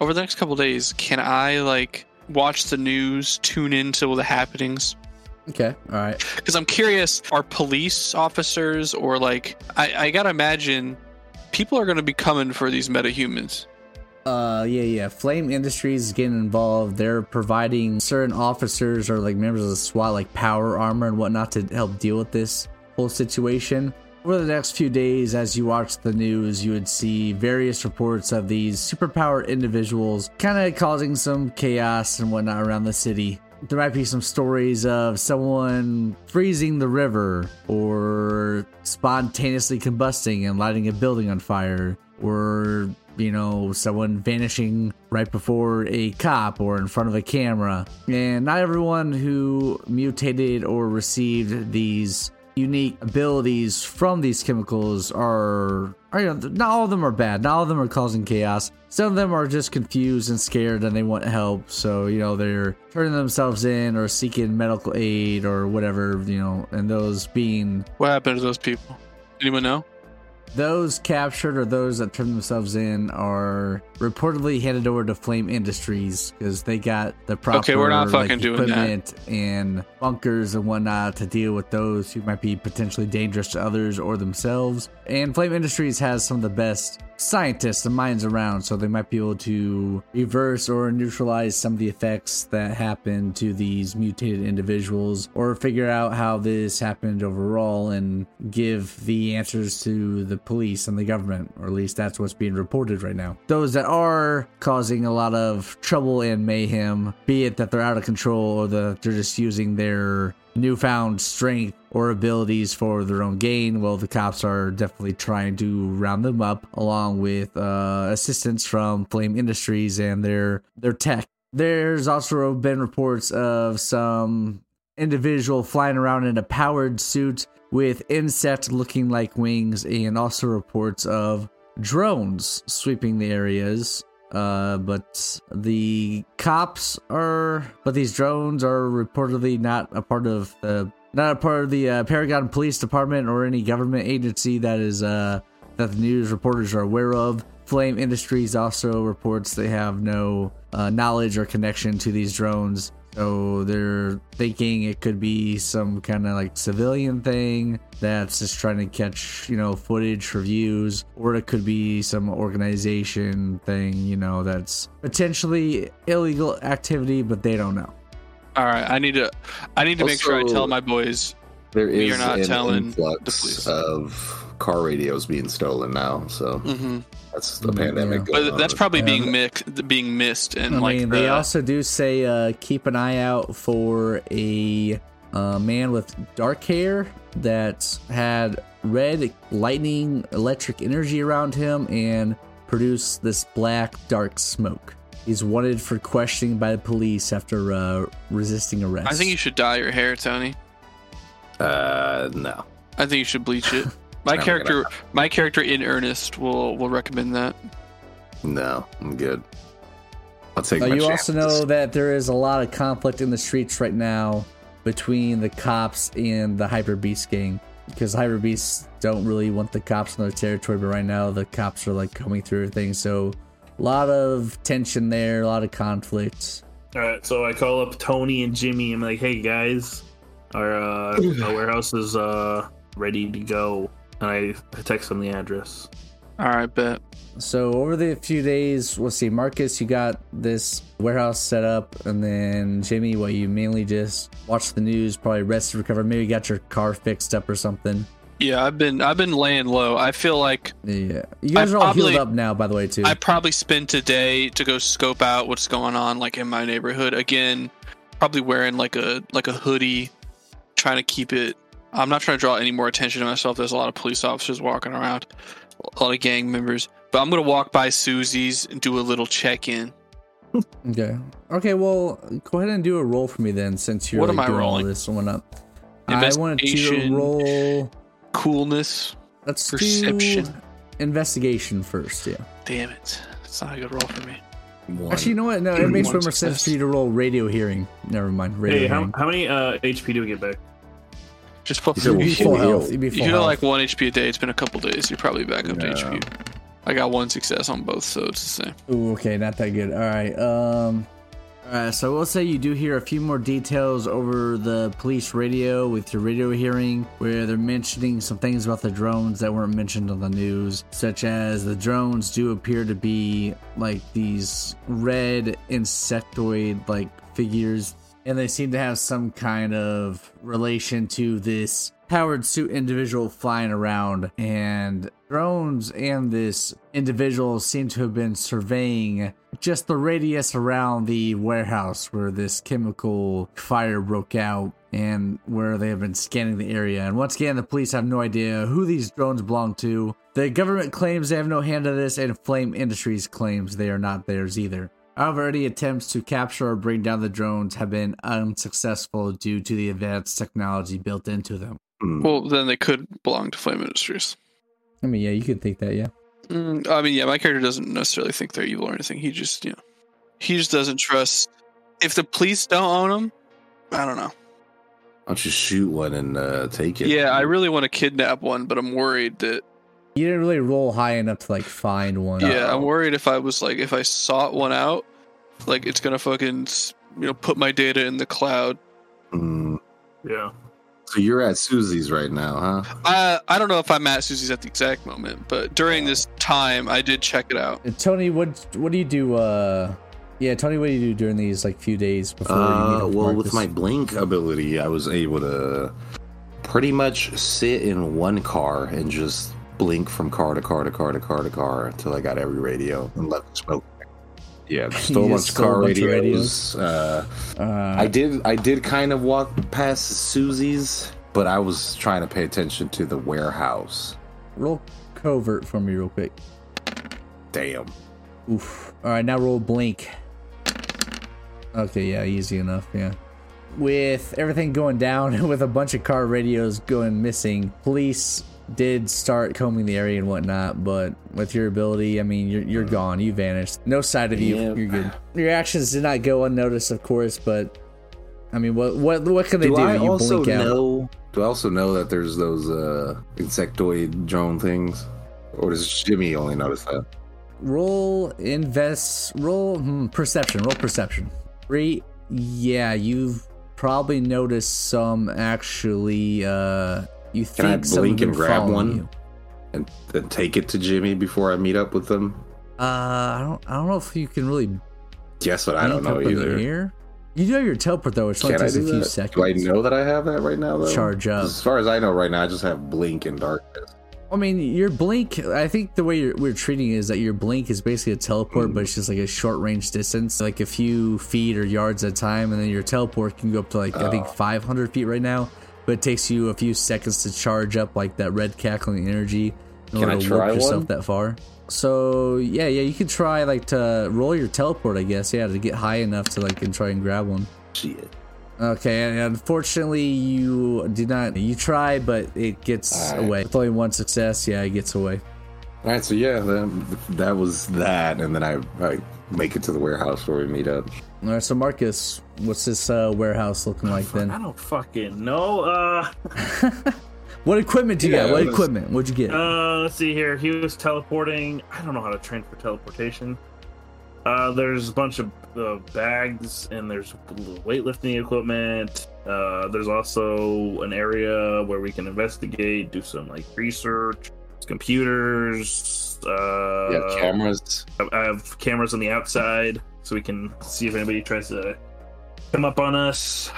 Speaker 4: over the next couple days, can I like watch the news, tune into the happenings,
Speaker 1: Okay. All right.
Speaker 4: because I'm curious, are police officers or like I, I gotta imagine people are gonna be coming for these metahumans.
Speaker 1: Uh, yeah, yeah. Flame Industries is getting involved. They're providing certain officers or like members of the SWAT, like power armor and whatnot, to help deal with this whole situation. Over the next few days, as you watch the news, you would see various reports of these superpowered individuals kind of causing some chaos and whatnot around the city. There might be some stories of someone freezing the river or spontaneously combusting and lighting a building on fire or you know, someone vanishing right before a cop or in front of a camera. And not everyone who mutated or received these unique abilities from these chemicals are, are you know, not all of them are bad. Not all of them are causing chaos. Some of them are just confused and scared and they want help. So, you know, they're turning themselves in or seeking medical aid or whatever, you know, and those being
Speaker 4: What happened to those people? Anyone know?
Speaker 1: those captured or those that turned themselves in are reportedly handed over to Flame Industries because they got the proper
Speaker 4: Okay, we're not fucking doing that.
Speaker 1: equipment and bunkers and whatnot to deal with those who might be potentially dangerous to others or themselves. And Flame Industries has some of the best scientists and minds around, so they might be able to reverse or neutralize some of the effects that happen to these mutated individuals or figure out how this happened overall and give the answers to the police and the government, or at least that's what's being reported right now. Those that are causing a lot of trouble and mayhem, be it that they're out of control or that they're just using their newfound strength or abilities for their own gain. Well, the cops are definitely trying to round them up, along with uh, assistance from Flame Industries and their their tech. There's also been reports of some individual flying around in a powered suit with insect looking like wings, and also reports of drones sweeping the areas uh, but the cops are, but these drones are reportedly not a part of the, not a part of the uh, Paragon Police Department or any government agency that is, uh, that the news reporters are aware of. Flame Industries also reports they have no uh, knowledge or connection to these drones, so they're thinking it could be some kind of like civilian thing that's just trying to catch, you know, footage for views, or it could be some organization thing, you know, that's potentially illegal activity, but they don't know.
Speaker 4: All right, I need to I need to make sure I
Speaker 5: Also-
Speaker 4: tell my boys.
Speaker 5: There
Speaker 4: We
Speaker 5: is
Speaker 4: are not
Speaker 5: an
Speaker 4: telling the
Speaker 5: influx
Speaker 4: police.
Speaker 5: of car radios being stolen now, so
Speaker 4: hmm
Speaker 5: that's the
Speaker 1: Mm, yeah.
Speaker 5: pandemic. going
Speaker 4: But
Speaker 5: on.
Speaker 4: that's probably
Speaker 1: Yeah,
Speaker 4: being
Speaker 1: but-
Speaker 4: mixed, being missed, and
Speaker 1: Uh, I
Speaker 4: like
Speaker 1: mean,
Speaker 4: the,
Speaker 1: they also do say uh, keep an eye out for a uh, man with dark hair that had red lightning electric energy around him and produced this black dark smoke. He's wanted for questioning by the police after uh, resisting arrest.
Speaker 4: I think you should dye your hair, Tony.
Speaker 5: uh, no.
Speaker 4: I think you should bleach it. My
Speaker 5: I'm gonna-
Speaker 4: character, my character in earnest will will recommend that.
Speaker 5: No, I'm good. I'll take
Speaker 1: Uh,
Speaker 5: my
Speaker 1: you
Speaker 5: chances.
Speaker 1: also know that there is a lot of conflict in the streets right now between the cops and the Hyper Beast gang because Hyper Beasts don't really want the cops on their territory, but right now the cops are like coming through things. So a lot of tension there, a lot of conflict.
Speaker 2: All right, so I call up Tony and Jimmy. I'm like, "Hey guys, our, uh, our warehouse is uh, ready to go." And I, I text them the address.
Speaker 4: All right, bet.
Speaker 1: So over the few days, we'll see. Marcus, you got this warehouse set up, and then Jimmy, what you mainly just watched the news, probably rested, recovered, maybe got your car fixed up or something.
Speaker 4: Yeah, I've been I've been laying low. I feel like
Speaker 1: Yeah, you guys are all
Speaker 4: probably-
Speaker 1: healed up now, by the way, too.
Speaker 4: I probably spent a day to go scope out what's going on like in my neighborhood. Again, probably wearing like a like a hoodie, trying to keep it I'm not trying to draw any more attention to myself. There's a lot of police officers walking around, a lot of gang members. But I'm gonna walk by Susie's and do a little check in.
Speaker 1: Okay. Okay. Well, go ahead and do a roll for me then, since you're
Speaker 4: What am I
Speaker 1: doing all
Speaker 4: rolling?
Speaker 1: this one up. I want you to
Speaker 4: Investigation.
Speaker 1: roll.
Speaker 4: Coolness.
Speaker 1: Let's do
Speaker 4: Perception.
Speaker 1: investigation first. Yeah.
Speaker 4: Damn it. It's not a good roll for me.
Speaker 5: One.
Speaker 1: Actually, you know what? No, it makes way
Speaker 4: One
Speaker 1: more sense
Speaker 4: success.
Speaker 1: for you to roll radio hearing. Never mind. Radio
Speaker 2: Hey, how,
Speaker 1: hearing.
Speaker 2: how many uh, HP do we get back?
Speaker 4: Just put
Speaker 5: You
Speaker 1: You'd be
Speaker 5: Well,
Speaker 1: full
Speaker 5: you-
Speaker 1: health. You'd be full
Speaker 4: You know,
Speaker 1: health.
Speaker 4: like one HP a day. It's been a couple days. You're probably back up
Speaker 5: Yeah.
Speaker 4: to HP. I got one success on both, so it's the same.
Speaker 1: Ooh, okay, not that good. All right. Um, Alright, so we'll say you do hear a few more details over the police radio with your radio hearing, where they're mentioning some things about the drones that weren't mentioned on the news, such as the drones do appear to be like these red insectoid like figures, and they seem to have some kind of relation to this powered suit individual flying around and drones and this individual seem to have been surveying just the radius around the warehouse where this chemical fire broke out and where they have been scanning the area. And once again, the police have no idea who these drones belong to. The government claims they have no hand in this, and Flame Industries claims they are not theirs either. However, any attempts to capture or bring down the drones have been unsuccessful due to the advanced technology built into them.
Speaker 5: Mm.
Speaker 4: Well, then they could belong to Flame Industries.
Speaker 1: I mean, yeah, you could think that, yeah.
Speaker 4: Mm, I mean, yeah, my character doesn't necessarily think they're evil or anything. He just, you know, he just doesn't trust. If the police don't own them, I don't know.
Speaker 5: Why don't you shoot one and uh, take it?
Speaker 4: Yeah, I really want to kidnap one, but I'm worried that.
Speaker 1: You didn't really roll high enough to like find one.
Speaker 4: Yeah, I'm worried if I was like, if I sought one out, like it's gonna fucking, you know, put my data in the cloud.
Speaker 5: Mm.
Speaker 2: Yeah.
Speaker 5: So you're at Susie's right now, huh?
Speaker 4: I I don't know if I'm at Susie's at the exact moment, but during this time, I did check it out.
Speaker 1: Uh, Tony, what what do you do? Uh, yeah, Tony, what do you do during these like few days before? you meet
Speaker 5: Uh,
Speaker 1: up
Speaker 5: well,
Speaker 1: Marcus?
Speaker 5: with my blink ability, I was able to pretty much sit in one car and just blink from car to car to car to car to car until I got every radio and left the smoke. Yeah, stole
Speaker 1: You
Speaker 5: a bunch
Speaker 1: just
Speaker 5: of
Speaker 1: stole a
Speaker 5: car
Speaker 1: bunch of
Speaker 5: radios. Uh,
Speaker 1: uh,
Speaker 5: I did. I did kind of walk past Susie's, but I was trying to pay attention to the warehouse.
Speaker 1: roll covert for me real quick.
Speaker 5: Damn.
Speaker 1: Oof. All right, now roll blink. Okay, yeah, easy enough. Yeah. With everything going down, with a bunch of car radios going missing, police did start combing the area and whatnot. But with your ability, I mean, you're you're gone. You vanished. No sight of you.
Speaker 5: Yep.
Speaker 1: You're good. Your actions did not go unnoticed, of course. But I mean, what what what can they do?
Speaker 5: I
Speaker 1: you
Speaker 5: also
Speaker 1: blink out.
Speaker 5: know? Do I also know that there's those uh, insectoid drone things, or does Jimmy only notice that?
Speaker 1: Roll invest. Roll hmm, perception. Roll perception. Three. Yeah, you've probably noticed some actually. Uh, you
Speaker 5: Can I
Speaker 1: think some
Speaker 5: blink
Speaker 1: have been
Speaker 5: and grab
Speaker 1: following
Speaker 5: one?
Speaker 1: You.
Speaker 5: and, and take it to Jimmy before I meet up with them?
Speaker 1: Uh, I don't. I don't know if you can really.
Speaker 5: Guess what? I don't
Speaker 1: blink
Speaker 5: know
Speaker 1: up in the
Speaker 5: either.
Speaker 1: air. You do have your teleport though, which only
Speaker 5: Can I
Speaker 1: takes a
Speaker 5: do
Speaker 1: few
Speaker 5: that?
Speaker 1: seconds.
Speaker 5: Do I know that I have that right now? Though
Speaker 1: Charge up.
Speaker 5: As far as I know, right now I just have blink and darkness.
Speaker 1: I mean, your blink. I think the way you're, we're treating it is that your blink is basically a teleport,
Speaker 5: Mm.
Speaker 1: but it's just like a short range distance, like a few feet or yards at a time, and then your teleport can go up to like I think
Speaker 5: Oh.
Speaker 1: 500 feet right now, but it takes you a few seconds to charge up like that red cackling energy in
Speaker 5: Can I
Speaker 1: order to
Speaker 5: try
Speaker 1: warp yourself
Speaker 5: one?
Speaker 1: that far. So yeah, yeah, you could try like to roll your teleport, I guess, yeah, to get high enough to like and try and grab one.
Speaker 5: Shit.
Speaker 1: Okay, and unfortunately, you did not. You try, but it gets
Speaker 5: All right.
Speaker 1: away. With only one success, yeah, it gets away.
Speaker 5: All right, so yeah, that, that was that, and then I, I make it to the warehouse where we meet up.
Speaker 1: All right, so Marcus, what's this uh, warehouse looking like
Speaker 2: I
Speaker 1: then?
Speaker 2: don't fucking know. Uh,
Speaker 1: What equipment do you got?
Speaker 5: Yeah,
Speaker 1: What
Speaker 5: it was-
Speaker 1: equipment? What'd you get?
Speaker 2: uh, let's see here. He was teleporting. I don't know how to train for teleportation. Uh, there's a bunch of uh, bags and there's weightlifting equipment. Uh, there's also an area where we can investigate, do some like research, computers. Uh,
Speaker 5: You have cameras.
Speaker 2: I- I have cameras on the outside so we can see if anybody tries to come up on us.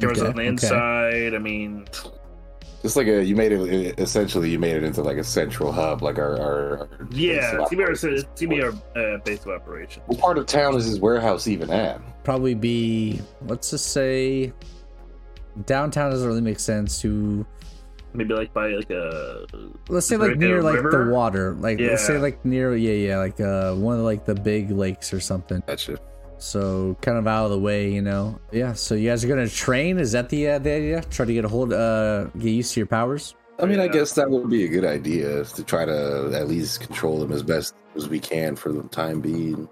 Speaker 2: Cameras
Speaker 1: Okay,
Speaker 2: on the
Speaker 1: okay.
Speaker 2: inside. I mean,
Speaker 5: It's like a you made it e, essentially. You made it into like a central hub, like our, our, our base
Speaker 2: yeah,
Speaker 5: of
Speaker 2: it's gonna be our,
Speaker 5: operations.
Speaker 2: it's gonna be our uh, base of operations.
Speaker 5: What part of town is this warehouse even at?
Speaker 1: Probably be, let's just say, downtown doesn't really make sense to.
Speaker 2: Maybe like by like a
Speaker 1: Let's say
Speaker 2: Is
Speaker 1: like
Speaker 2: there
Speaker 1: near
Speaker 2: a
Speaker 1: like the
Speaker 2: river?
Speaker 1: water, like let's say
Speaker 2: Yeah.
Speaker 1: like near yeah yeah like uh one of like the big lakes or something.
Speaker 5: Gotcha.
Speaker 1: So kind of out of the way, you know. Yeah. So you guys are gonna train? Is that the uh, the idea? Try to get a hold, uh, get used to your powers.
Speaker 5: I mean, I
Speaker 2: Yeah.
Speaker 5: guess that would be a good idea is to try to at least control them as best as we can for the time being.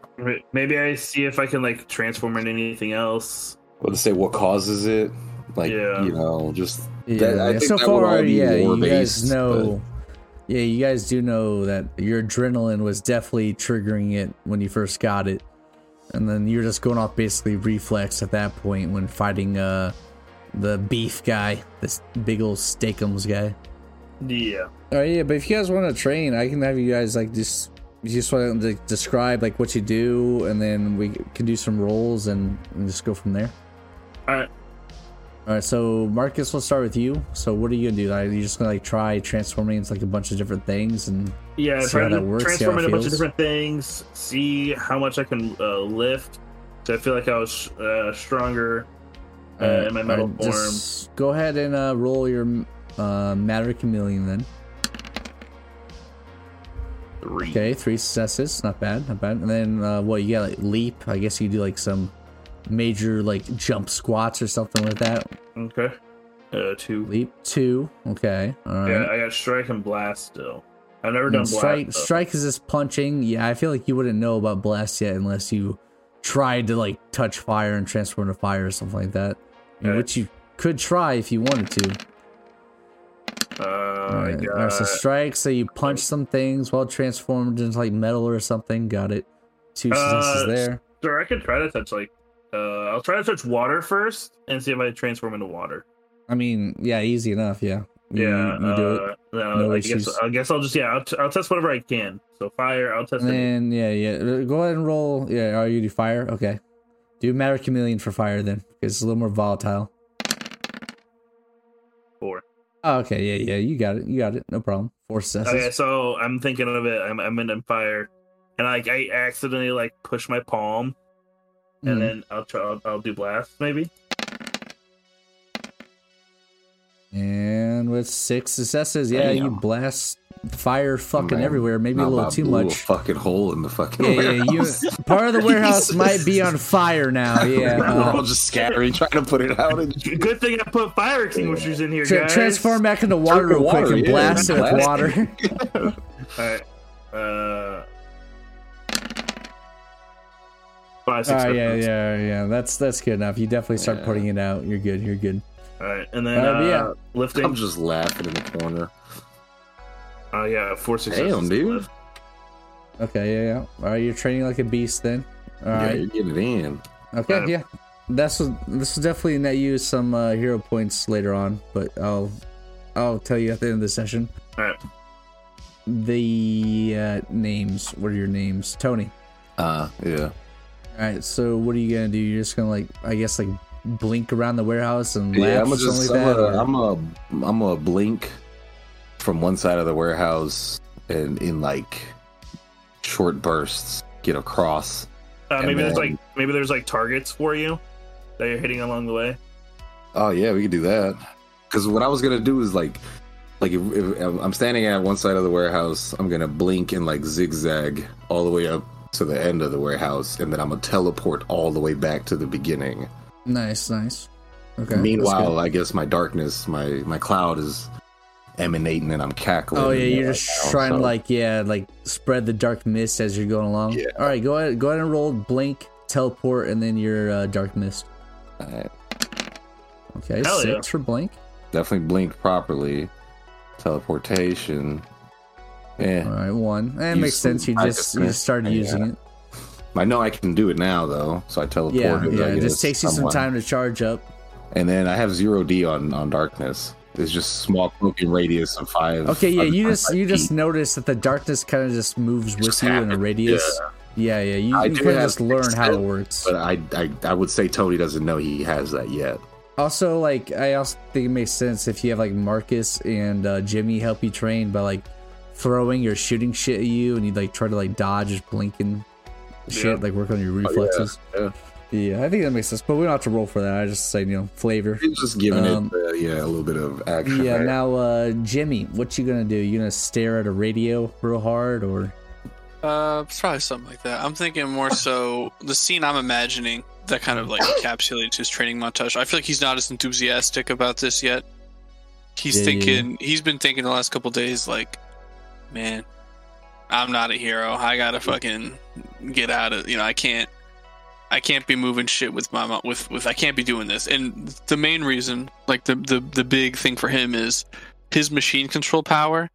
Speaker 2: maybe I see if I can like transform into anything else.
Speaker 5: Let's say what causes it, like
Speaker 2: Yeah.
Speaker 5: you know, just
Speaker 1: Yeah.
Speaker 5: That- I think
Speaker 1: so
Speaker 5: that would
Speaker 1: far,
Speaker 5: all be
Speaker 1: yeah, you
Speaker 5: lore-based,
Speaker 1: guys know. Yeah, you guys do know that your adrenaline was definitely triggering it when you first got it. and then you're just going off basically reflex at that point when fighting uh the beef guy, this big old steakums guy.
Speaker 2: Yeah.
Speaker 1: All right, Oh, yeah, but if you guys want to train, I can have you guys like just you just want to like, describe like what you do, and then we can do some rolls and, and just go from there.
Speaker 2: All right.
Speaker 1: All right, so Marcus, we'll start with you. So what are you gonna do? Like, you're just gonna like try transforming into like a bunch of different things, and
Speaker 2: Yeah,
Speaker 1: See
Speaker 2: try
Speaker 1: how
Speaker 2: to
Speaker 1: that works, see how
Speaker 2: transform
Speaker 1: it
Speaker 2: into a bunch of
Speaker 1: feels.
Speaker 2: different things. See how much I can uh, lift. 'Cause I feel like I was uh, stronger uh, in my metal
Speaker 1: Alright,
Speaker 2: form.
Speaker 1: just go ahead and uh, roll your uh, matter chameleon then.
Speaker 2: Three.
Speaker 1: Okay, three successes, not bad, not bad. And then uh, what you got? Like leap. I guess you do like some major like jump squats or something like that.
Speaker 2: Okay. Uh, two.
Speaker 1: Leap two. Okay, all right.
Speaker 2: Yeah, I got strike and blast still. I've never
Speaker 1: And
Speaker 2: done
Speaker 1: strike
Speaker 2: blast. though.
Speaker 1: strike is just punching. Yeah, I feel like you wouldn't know about blast yet unless you tried to like touch fire and transform to fire or something like that. You know,
Speaker 2: Yeah.
Speaker 1: Which you could try if you wanted to.
Speaker 2: Uh, I
Speaker 1: Alright,
Speaker 2: got
Speaker 1: alright, so strike. So you punch some things while transformed into like metal or something. Got it. Two successes
Speaker 2: Uh,
Speaker 1: there.
Speaker 2: Sure, I could try to touch like. Uh, I'll try to touch water first and see if I transform into water.
Speaker 1: I mean, yeah, easy enough. Yeah. You-
Speaker 2: yeah,
Speaker 1: You do it.
Speaker 2: uh, no,
Speaker 1: No
Speaker 2: I
Speaker 1: issues.
Speaker 2: guess I guess I'll just yeah, I'll, t- I'll test whatever I can. So fire, I'll test.
Speaker 1: And
Speaker 2: it.
Speaker 1: then yeah, yeah. Go ahead and roll. Yeah. Oh, you do fire. Okay. Do matter chameleon for fire then, because it's a little more volatile.
Speaker 2: Four.
Speaker 1: Oh, okay. Yeah. Yeah. You got it. You got it. No problem. Four successes.
Speaker 2: Okay, so I'm thinking of it. I'm I'm in fire, and like I accidentally like push my palm,
Speaker 1: Mhm.
Speaker 2: and then I'll try. I'll, I'll do blast maybe.
Speaker 1: Hmm. And with six successes, yeah, you
Speaker 5: Damn.
Speaker 1: blast fire fucking
Speaker 5: Man,
Speaker 1: everywhere. Maybe a
Speaker 5: Now
Speaker 1: little
Speaker 5: Bob
Speaker 1: too
Speaker 5: blew a
Speaker 1: much.
Speaker 5: fucking hole in the fucking
Speaker 1: Yeah, yeah, you,
Speaker 5: warehouse.
Speaker 1: part of the warehouse might be on fire now. Yeah.
Speaker 5: We're all
Speaker 1: Uh,
Speaker 5: just scattering, trying to put it out. And
Speaker 2: Good thing I put fire extinguishers in here,
Speaker 1: tra-
Speaker 2: guys.
Speaker 1: transform back into water real quick
Speaker 5: water,
Speaker 1: and
Speaker 5: yeah,
Speaker 1: blast it with
Speaker 5: blast it.
Speaker 1: water.
Speaker 2: All right. Uh. Five, six,
Speaker 1: Oh yeah,
Speaker 2: seven.
Speaker 1: yeah, yeah. That's that's good enough. You definitely start
Speaker 5: Yeah.
Speaker 1: putting it out. You're good. You're good.
Speaker 2: All right, and then
Speaker 1: Uh,
Speaker 2: uh,
Speaker 1: yeah.
Speaker 2: lifting.
Speaker 5: I'm just laughing in the corner.
Speaker 2: Oh yeah, four successes.
Speaker 5: Damn, dude.
Speaker 2: left.
Speaker 1: Okay, yeah, yeah. All right, you're training like a beast then. All
Speaker 5: yeah,
Speaker 1: right.
Speaker 5: you're getting it in.
Speaker 1: Okay,
Speaker 2: Uh,
Speaker 1: yeah. That's what- this is definitely net you some uh, hero points later on, but I'll I'll tell you at the end of the session.
Speaker 2: All right.
Speaker 1: The uh, names. What are your names, Tony?
Speaker 5: Uh, yeah.
Speaker 1: All right. So what are you gonna do? You're just gonna like I guess like blink around the warehouse and laugh
Speaker 5: Yeah, I'm
Speaker 1: or
Speaker 5: gonna
Speaker 1: something
Speaker 5: just,
Speaker 1: like
Speaker 5: I'm,
Speaker 1: that.
Speaker 5: a,
Speaker 1: or-
Speaker 5: I'm a, I'm a blink from one side of the warehouse and in like short bursts get across.
Speaker 2: Uh,
Speaker 5: And
Speaker 2: maybe there's
Speaker 5: then-
Speaker 2: like maybe there's like targets for you that you're hitting along the way.
Speaker 5: Oh yeah, we could do that. Because what I was gonna do is like, like if, if I'm standing at one side of the warehouse, I'm gonna blink and like zigzag all the way up to the end of the warehouse, and then I'm gonna teleport all the way back to the beginning.
Speaker 1: Nice, nice. Okay. that's
Speaker 5: Meanwhile,
Speaker 1: good.
Speaker 5: I guess my darkness, my my cloud is emanating, and I'm cackling.
Speaker 1: Oh yeah,
Speaker 5: in the
Speaker 1: you're just
Speaker 5: background,
Speaker 1: trying to
Speaker 5: so-
Speaker 1: like yeah, like spread the dark mist as you're going along.
Speaker 5: Yeah.
Speaker 1: All right, go ahead, go ahead and roll blink, teleport, and then your uh, dark mist.
Speaker 5: Alright,
Speaker 1: Okay,
Speaker 2: Hell
Speaker 1: six
Speaker 2: yeah.
Speaker 1: for blink.
Speaker 5: definitely blinked properly. Teleportation. Eh,
Speaker 1: All
Speaker 5: Yeah,
Speaker 1: right, one. That
Speaker 5: Use
Speaker 1: makes
Speaker 5: some
Speaker 1: sense. You
Speaker 5: practice
Speaker 1: just you just
Speaker 5: there.
Speaker 1: started
Speaker 5: Yeah.
Speaker 1: using it.
Speaker 5: I know I can do it now though, so I teleport.
Speaker 1: Yeah,
Speaker 5: and I
Speaker 1: yeah. It
Speaker 5: get
Speaker 1: just takes you some
Speaker 5: somewhat-
Speaker 1: time to charge up.
Speaker 5: And then I have zero D on on darkness. It's just small cloaking radius of five.
Speaker 1: Okay, yeah.
Speaker 5: five-
Speaker 1: You just
Speaker 5: five
Speaker 1: you
Speaker 5: feet.
Speaker 1: just notice that the darkness kind of just moves with
Speaker 5: Just
Speaker 1: you in a
Speaker 5: happens,
Speaker 1: radius. Yeah, yeah. You,
Speaker 5: I
Speaker 1: you
Speaker 5: do
Speaker 1: kind of
Speaker 5: have
Speaker 1: just learn how it
Speaker 5: sense,
Speaker 1: works.
Speaker 5: But I, I I would say Tony doesn't know he has that yet.
Speaker 1: Also, like I also think it makes sense if you have like Marcus and uh, Jimmy help you train by like throwing or shooting shit at you, and you like try to like dodge, just blinking shit,
Speaker 2: Yeah.
Speaker 1: like work on your reflexes.
Speaker 5: Oh, yeah.
Speaker 1: yeah. I think that makes sense. But we don't have to roll for that. I just say you know flavor.
Speaker 5: He's just giving
Speaker 1: Um,
Speaker 5: it uh, yeah a little bit of action.
Speaker 1: Yeah.
Speaker 5: right?
Speaker 1: Now, uh, Jimmy, what you gonna do? You gonna stare at a radio real hard, or
Speaker 4: Uh, it's probably something like that. I'm thinking more so the scene I'm imagining that kind of like encapsulates his training montage. I feel like he's not as enthusiastic about this yet. He's
Speaker 1: Yeah, yeah, yeah.
Speaker 4: thinking he's been thinking the last couple days like, man, I'm not a hero. I gotta fucking get out of you know I can't I can't be moving shit with my mo- with with I can't be doing this. And the main reason, like the the the big thing for him is his machine control power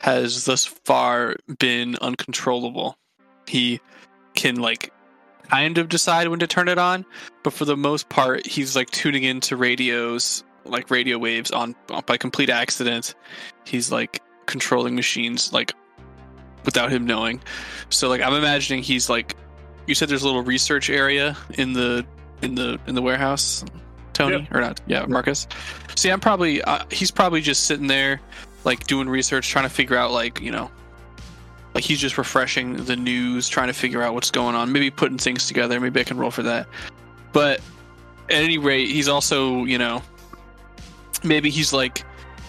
Speaker 4: has thus far been uncontrollable. He can like kind of decide when to turn it on, but for the most part, he's like tuning into radios, like radio waves on by complete accident. He's like controlling machines like without him knowing. So like I'm imagining he's like you said there's a little research area in the in the in the warehouse Tony
Speaker 2: Yep.
Speaker 4: or not yeah Marcus. See, I'm probably uh, he's probably just sitting there like doing research trying to figure out like, you know, like he's just refreshing the news, trying to figure out what's going on, maybe putting things together. Maybe I can roll for that. But at any rate, he's also, you know, maybe he's like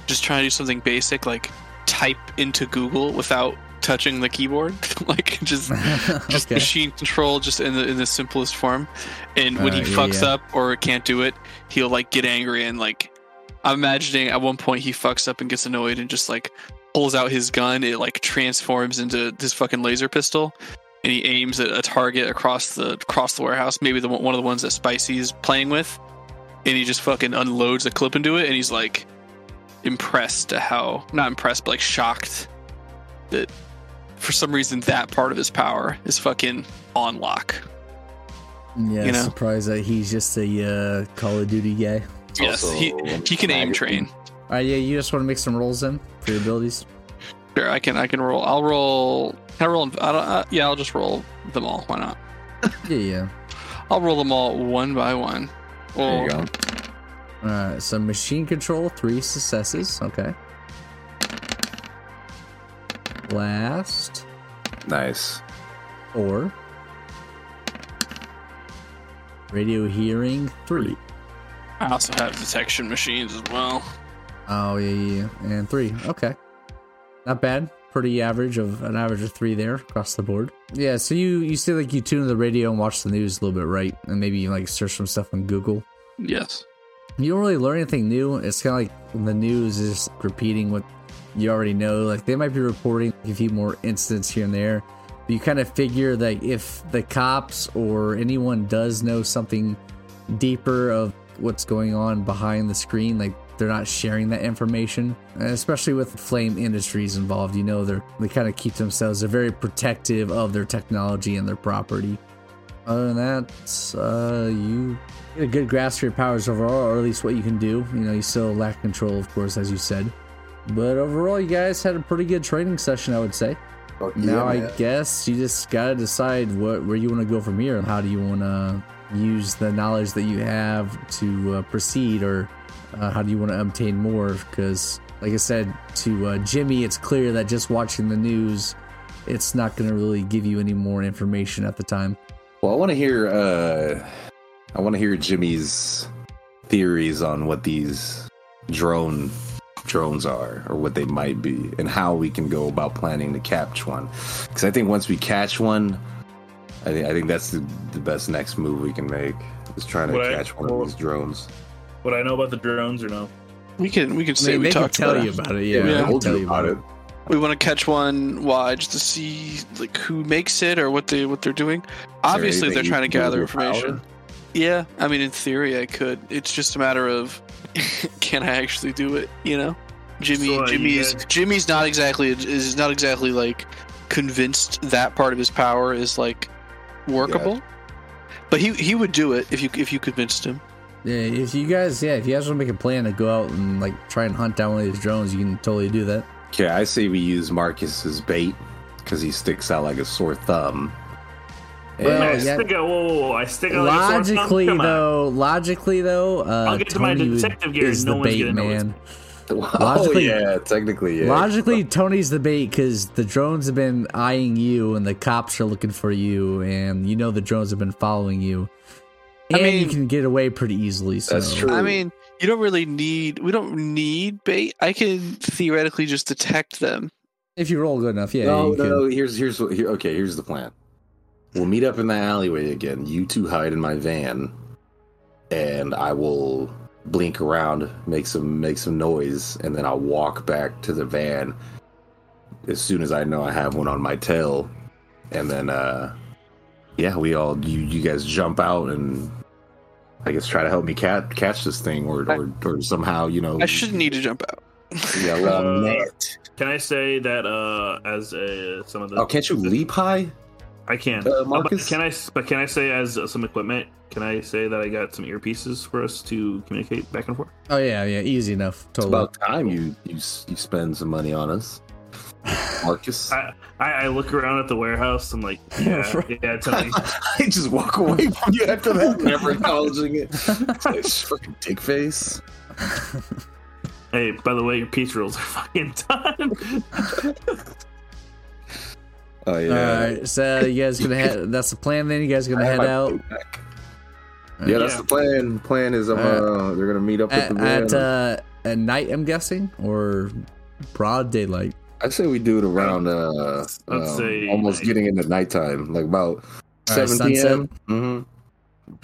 Speaker 4: just trying to do something basic, like type into Google without touching the keyboard, like just just
Speaker 1: okay.
Speaker 4: machine control, just in the in the simplest form. And when he
Speaker 1: Alright, Uh, yeah,
Speaker 4: fucks
Speaker 1: yeah.
Speaker 4: up or can't do it, he'll like get angry and like I'm imagining at one point he fucks up and gets annoyed and just like pulls out his gun. It like transforms into this fucking laser pistol, and he aims at a target across the across the warehouse. Maybe the one one of the ones that Spicy's playing with, and he just fucking unloads a clip into it. And he's like impressed to how not impressed, but like shocked that for some reason that part of his power is fucking on lock.
Speaker 1: Yeah,
Speaker 4: you know.
Speaker 1: surprised that he's just a uh, Call of Duty guy.
Speaker 4: yes, he
Speaker 5: Also,
Speaker 4: he can aim
Speaker 5: magazine.
Speaker 4: train.
Speaker 1: All right, yeah, you just want to make some rolls in for your abilities.
Speaker 4: Sure, I can. I can roll. I'll roll. Can I roll? I don't, uh, yeah, I'll just roll them all. Why not?
Speaker 1: Yeah, yeah.
Speaker 4: I'll roll them all one by one.
Speaker 5: There
Speaker 4: Well,
Speaker 5: you go.
Speaker 1: All right, so machine control, three successes. Okay. Last
Speaker 5: Nice.
Speaker 1: or radio hearing three.
Speaker 4: I also have detection machines as well.
Speaker 1: Oh yeah, yeah, yeah. and three. Okay, not bad. Pretty average of an average of three there across the board. Yeah. So you you say like you tune the radio and watch the news a little bit, right? And maybe you like search some stuff on Google.
Speaker 4: Yes.
Speaker 1: you don't really learn anything new. It's kind of like the news is just repeating what you already know. Like they might be reporting a few more incidents here and there. But you kind of figure that if the cops or anyone does know something deeper of what's going on behind the screen, like they're not sharing that information. And especially with Flame Industries involved, you know they're they kind of keep themselves they're very protective of their technology and their property. Other than that, uh, you get a good grasp of your powers overall, or at least what you can do. You know, you still lack control, of course, as you said. But overall, you guys had a pretty good training session, I would say.
Speaker 5: Fuck yeah,
Speaker 1: Now, I
Speaker 5: man.
Speaker 1: guess you just gotta decide what where you want to go from here, and how do you want to use the knowledge that you have to uh, proceed, or uh, how do you want to obtain more? Because, like I said to uh, Jimmy, it's clear that just watching the news, it's not gonna really give you any more information at the time.
Speaker 5: Well, I want to hear. Uh, I want to hear Jimmy's theories on what these drone drones are, or what they might be, and how we can go about planning to catch one. Because I think once we catch one, I, thi- I think that's the, the best next move we can make is trying to
Speaker 2: What I-
Speaker 5: catch one of these drones.
Speaker 2: Would I know about the drones or no?
Speaker 4: We can. We
Speaker 1: I
Speaker 4: can say
Speaker 1: mean,
Speaker 4: we
Speaker 1: they can
Speaker 4: talked about.
Speaker 1: tell
Speaker 4: it.
Speaker 1: you about it. Yeah,
Speaker 4: Yeah,
Speaker 1: they
Speaker 5: I
Speaker 1: can
Speaker 5: told
Speaker 1: tell
Speaker 5: you
Speaker 1: you
Speaker 5: about it.
Speaker 4: We want to catch one. Why? Just to see like who makes it or what they what they're doing. Obviously,
Speaker 5: anything
Speaker 4: they're
Speaker 5: you
Speaker 4: trying to
Speaker 5: can do
Speaker 4: gather
Speaker 5: with your
Speaker 4: information.
Speaker 5: power?
Speaker 4: Yeah, I mean, in theory, I could. It's just a matter of can I actually do it? You know, Jimmy.
Speaker 2: So, uh, you
Speaker 4: Jimmy is
Speaker 2: guys-
Speaker 4: Jimmy's not exactly is not exactly like convinced that part of his power is like workable. But he he would do it if you if you convinced him.
Speaker 1: Yeah, if you guys, yeah, if you guys want to make a plan to go out and like try and hunt down one of these drones, you can totally do that.
Speaker 5: Okay, I say we use Marcus as bait because he sticks out like a sore thumb.
Speaker 1: Well,
Speaker 2: I
Speaker 5: And-
Speaker 1: yeah.
Speaker 2: stick out. Whoa, whoa, whoa, I stick out.
Speaker 1: Logically
Speaker 2: like a sore thumb? Come on.
Speaker 1: though, logically though, uh,
Speaker 2: I'll get to my
Speaker 1: Tony would-
Speaker 2: detective gear
Speaker 1: is
Speaker 2: and no
Speaker 1: the
Speaker 2: one's
Speaker 1: bait
Speaker 2: gonna know it's-
Speaker 1: man.
Speaker 5: oh
Speaker 1: Logically-
Speaker 5: yeah, technically yeah.
Speaker 1: Logically, Tony's the bait because the drones have been eyeing you, and the cops are looking for you, and you know the drones have been following you.
Speaker 4: I
Speaker 1: And you
Speaker 4: mean-
Speaker 1: can get away pretty easily. So.
Speaker 5: That's true.
Speaker 4: I mean, you don't really need. We don't need bait. I can theoretically just detect them.
Speaker 1: If you roll good enough, yeah.
Speaker 5: no,
Speaker 1: you
Speaker 5: no,
Speaker 1: can-
Speaker 5: no. Here's here's what, here, okay. Here's the plan. We'll meet up in the alleyway again. You two hide in my van, and I will blink around, make some make some noise, and then I'll walk back to the van as soon as I know I have one on my tail, and then uh, yeah, we all you you guys jump out and. I guess try to help me cat, catch this thing, or, or or somehow you know.
Speaker 4: I shouldn't need to jump out.
Speaker 5: Yeah, well,
Speaker 2: Uh,
Speaker 5: net.
Speaker 2: Can I say that uh, as a some of the
Speaker 5: Oh, can't you Oh, leap high?
Speaker 2: I can.
Speaker 5: Uh,
Speaker 2: Uh, but
Speaker 5: Marcus?
Speaker 2: can I? But can I say as uh, some equipment? Can I say that I got some earpieces for us to communicate back and forth?
Speaker 1: Oh yeah, yeah, easy enough.
Speaker 5: It's
Speaker 1: Totally.
Speaker 5: about time you you s- you spend some money on us, Marcus.
Speaker 2: I I, I look around at the warehouse. I'm like, yeah,
Speaker 1: Right.
Speaker 2: yeah, Tony.
Speaker 5: I just walk away from you after that, never acknowledging it. It's like, "Shh, fucking dick face.
Speaker 2: hey, by the way, your pizza rolls are fucking done.
Speaker 5: Oh yeah.
Speaker 1: All right, so you guys gonna head? That's the plan. Then you guys gonna
Speaker 5: I have
Speaker 1: head
Speaker 5: my
Speaker 1: out
Speaker 5: food back. Yeah, that's
Speaker 2: Yeah.
Speaker 5: the plan. Plan is I'm, uh, they're gonna meet up with the
Speaker 1: at at,
Speaker 5: van.
Speaker 1: uh, at night. I'm guessing, or broad daylight.
Speaker 5: I'd say we do it around uh,
Speaker 2: Let's
Speaker 5: um,
Speaker 2: say
Speaker 5: almost
Speaker 2: night.
Speaker 5: getting into nighttime, like about
Speaker 1: right,
Speaker 5: seven p.m. hmm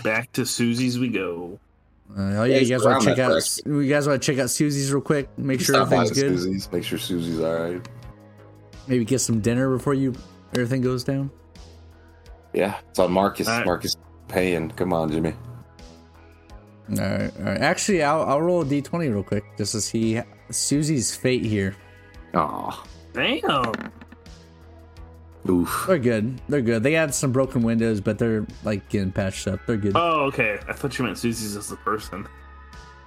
Speaker 2: back to Susie's we go.
Speaker 1: Uh, oh yeah,
Speaker 5: it's
Speaker 1: you guys want
Speaker 5: around
Speaker 1: to check
Speaker 5: that
Speaker 1: out?
Speaker 5: price.
Speaker 1: You guys want to check out Susie's real quick? Make sure
Speaker 5: Stop by
Speaker 1: everything's
Speaker 5: at
Speaker 1: good.
Speaker 5: Susie's, make sure Susie's all right.
Speaker 1: Maybe get some dinner before you everything goes down.
Speaker 5: Yeah, it's on Marcus.
Speaker 2: All right.
Speaker 5: Marcus paying. Come on, Jimmy.
Speaker 1: All right, all right. Actually, I'll, I'll roll a d20 real quick just to see Susie's fate here.
Speaker 5: Aw,
Speaker 2: Damn.
Speaker 5: oof.
Speaker 1: They're good. They're good. They had some broken windows, but they're like getting patched up. They're good.
Speaker 2: Oh, okay. I thought you meant Susie's as the person.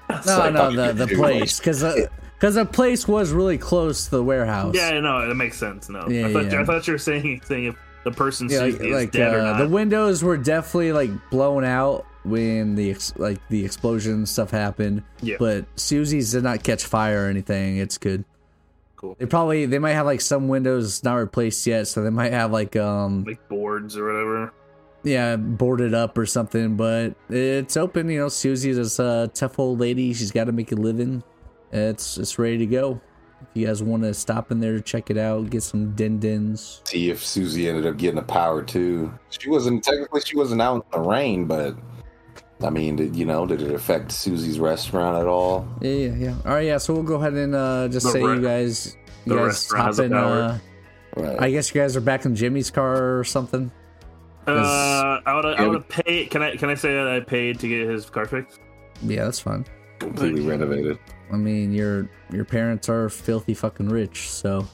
Speaker 1: no,
Speaker 5: like
Speaker 1: no,
Speaker 5: fucking
Speaker 1: the, the
Speaker 5: dude.
Speaker 1: place because the, 'cause the place was really close to the warehouse.
Speaker 2: Yeah, no, that makes sense. No,
Speaker 1: Oh, Yeah,
Speaker 2: I, thought,
Speaker 1: yeah.
Speaker 2: I thought you were saying saying if the person
Speaker 1: yeah, like,
Speaker 2: Susie is
Speaker 1: like,
Speaker 2: dead or
Speaker 1: uh,
Speaker 2: not.
Speaker 1: the windows were definitely like blown out when the ex- like the explosion stuff happened.
Speaker 2: Yeah.
Speaker 1: But Susie's did not catch fire or anything. It's good.
Speaker 2: cool.
Speaker 1: They probably they might have like some windows not replaced yet, so they might have like um
Speaker 2: Like boards or whatever.
Speaker 1: yeah boarded up or something. But it's open. You know, Susie's is a tough old lady. She's got to make a living. It's it's ready to go. If you guys want to stop in there, check it out, get some din dins.
Speaker 5: See if Susie ended up getting the power too. She wasn't technically she wasn't out in the rain, but I mean, did, you know, did it affect Susie's restaurant at all?
Speaker 1: Yeah, yeah, yeah. All right, yeah. So we'll go ahead and uh, just
Speaker 2: The
Speaker 1: say
Speaker 2: re-
Speaker 1: you guys, you
Speaker 2: the
Speaker 1: guys
Speaker 2: restaurant
Speaker 1: hop
Speaker 2: has a
Speaker 1: in.
Speaker 2: power.
Speaker 1: Uh,
Speaker 5: Right.
Speaker 1: I guess you guys are back in Jimmy's car or something.
Speaker 2: Uh, I would I
Speaker 5: Yeah,
Speaker 2: would have paid. Can I can I say that I paid to get his car fixed?
Speaker 1: Yeah, that's fine.
Speaker 5: completely renovated.
Speaker 1: I mean, your your parents are filthy fucking rich, so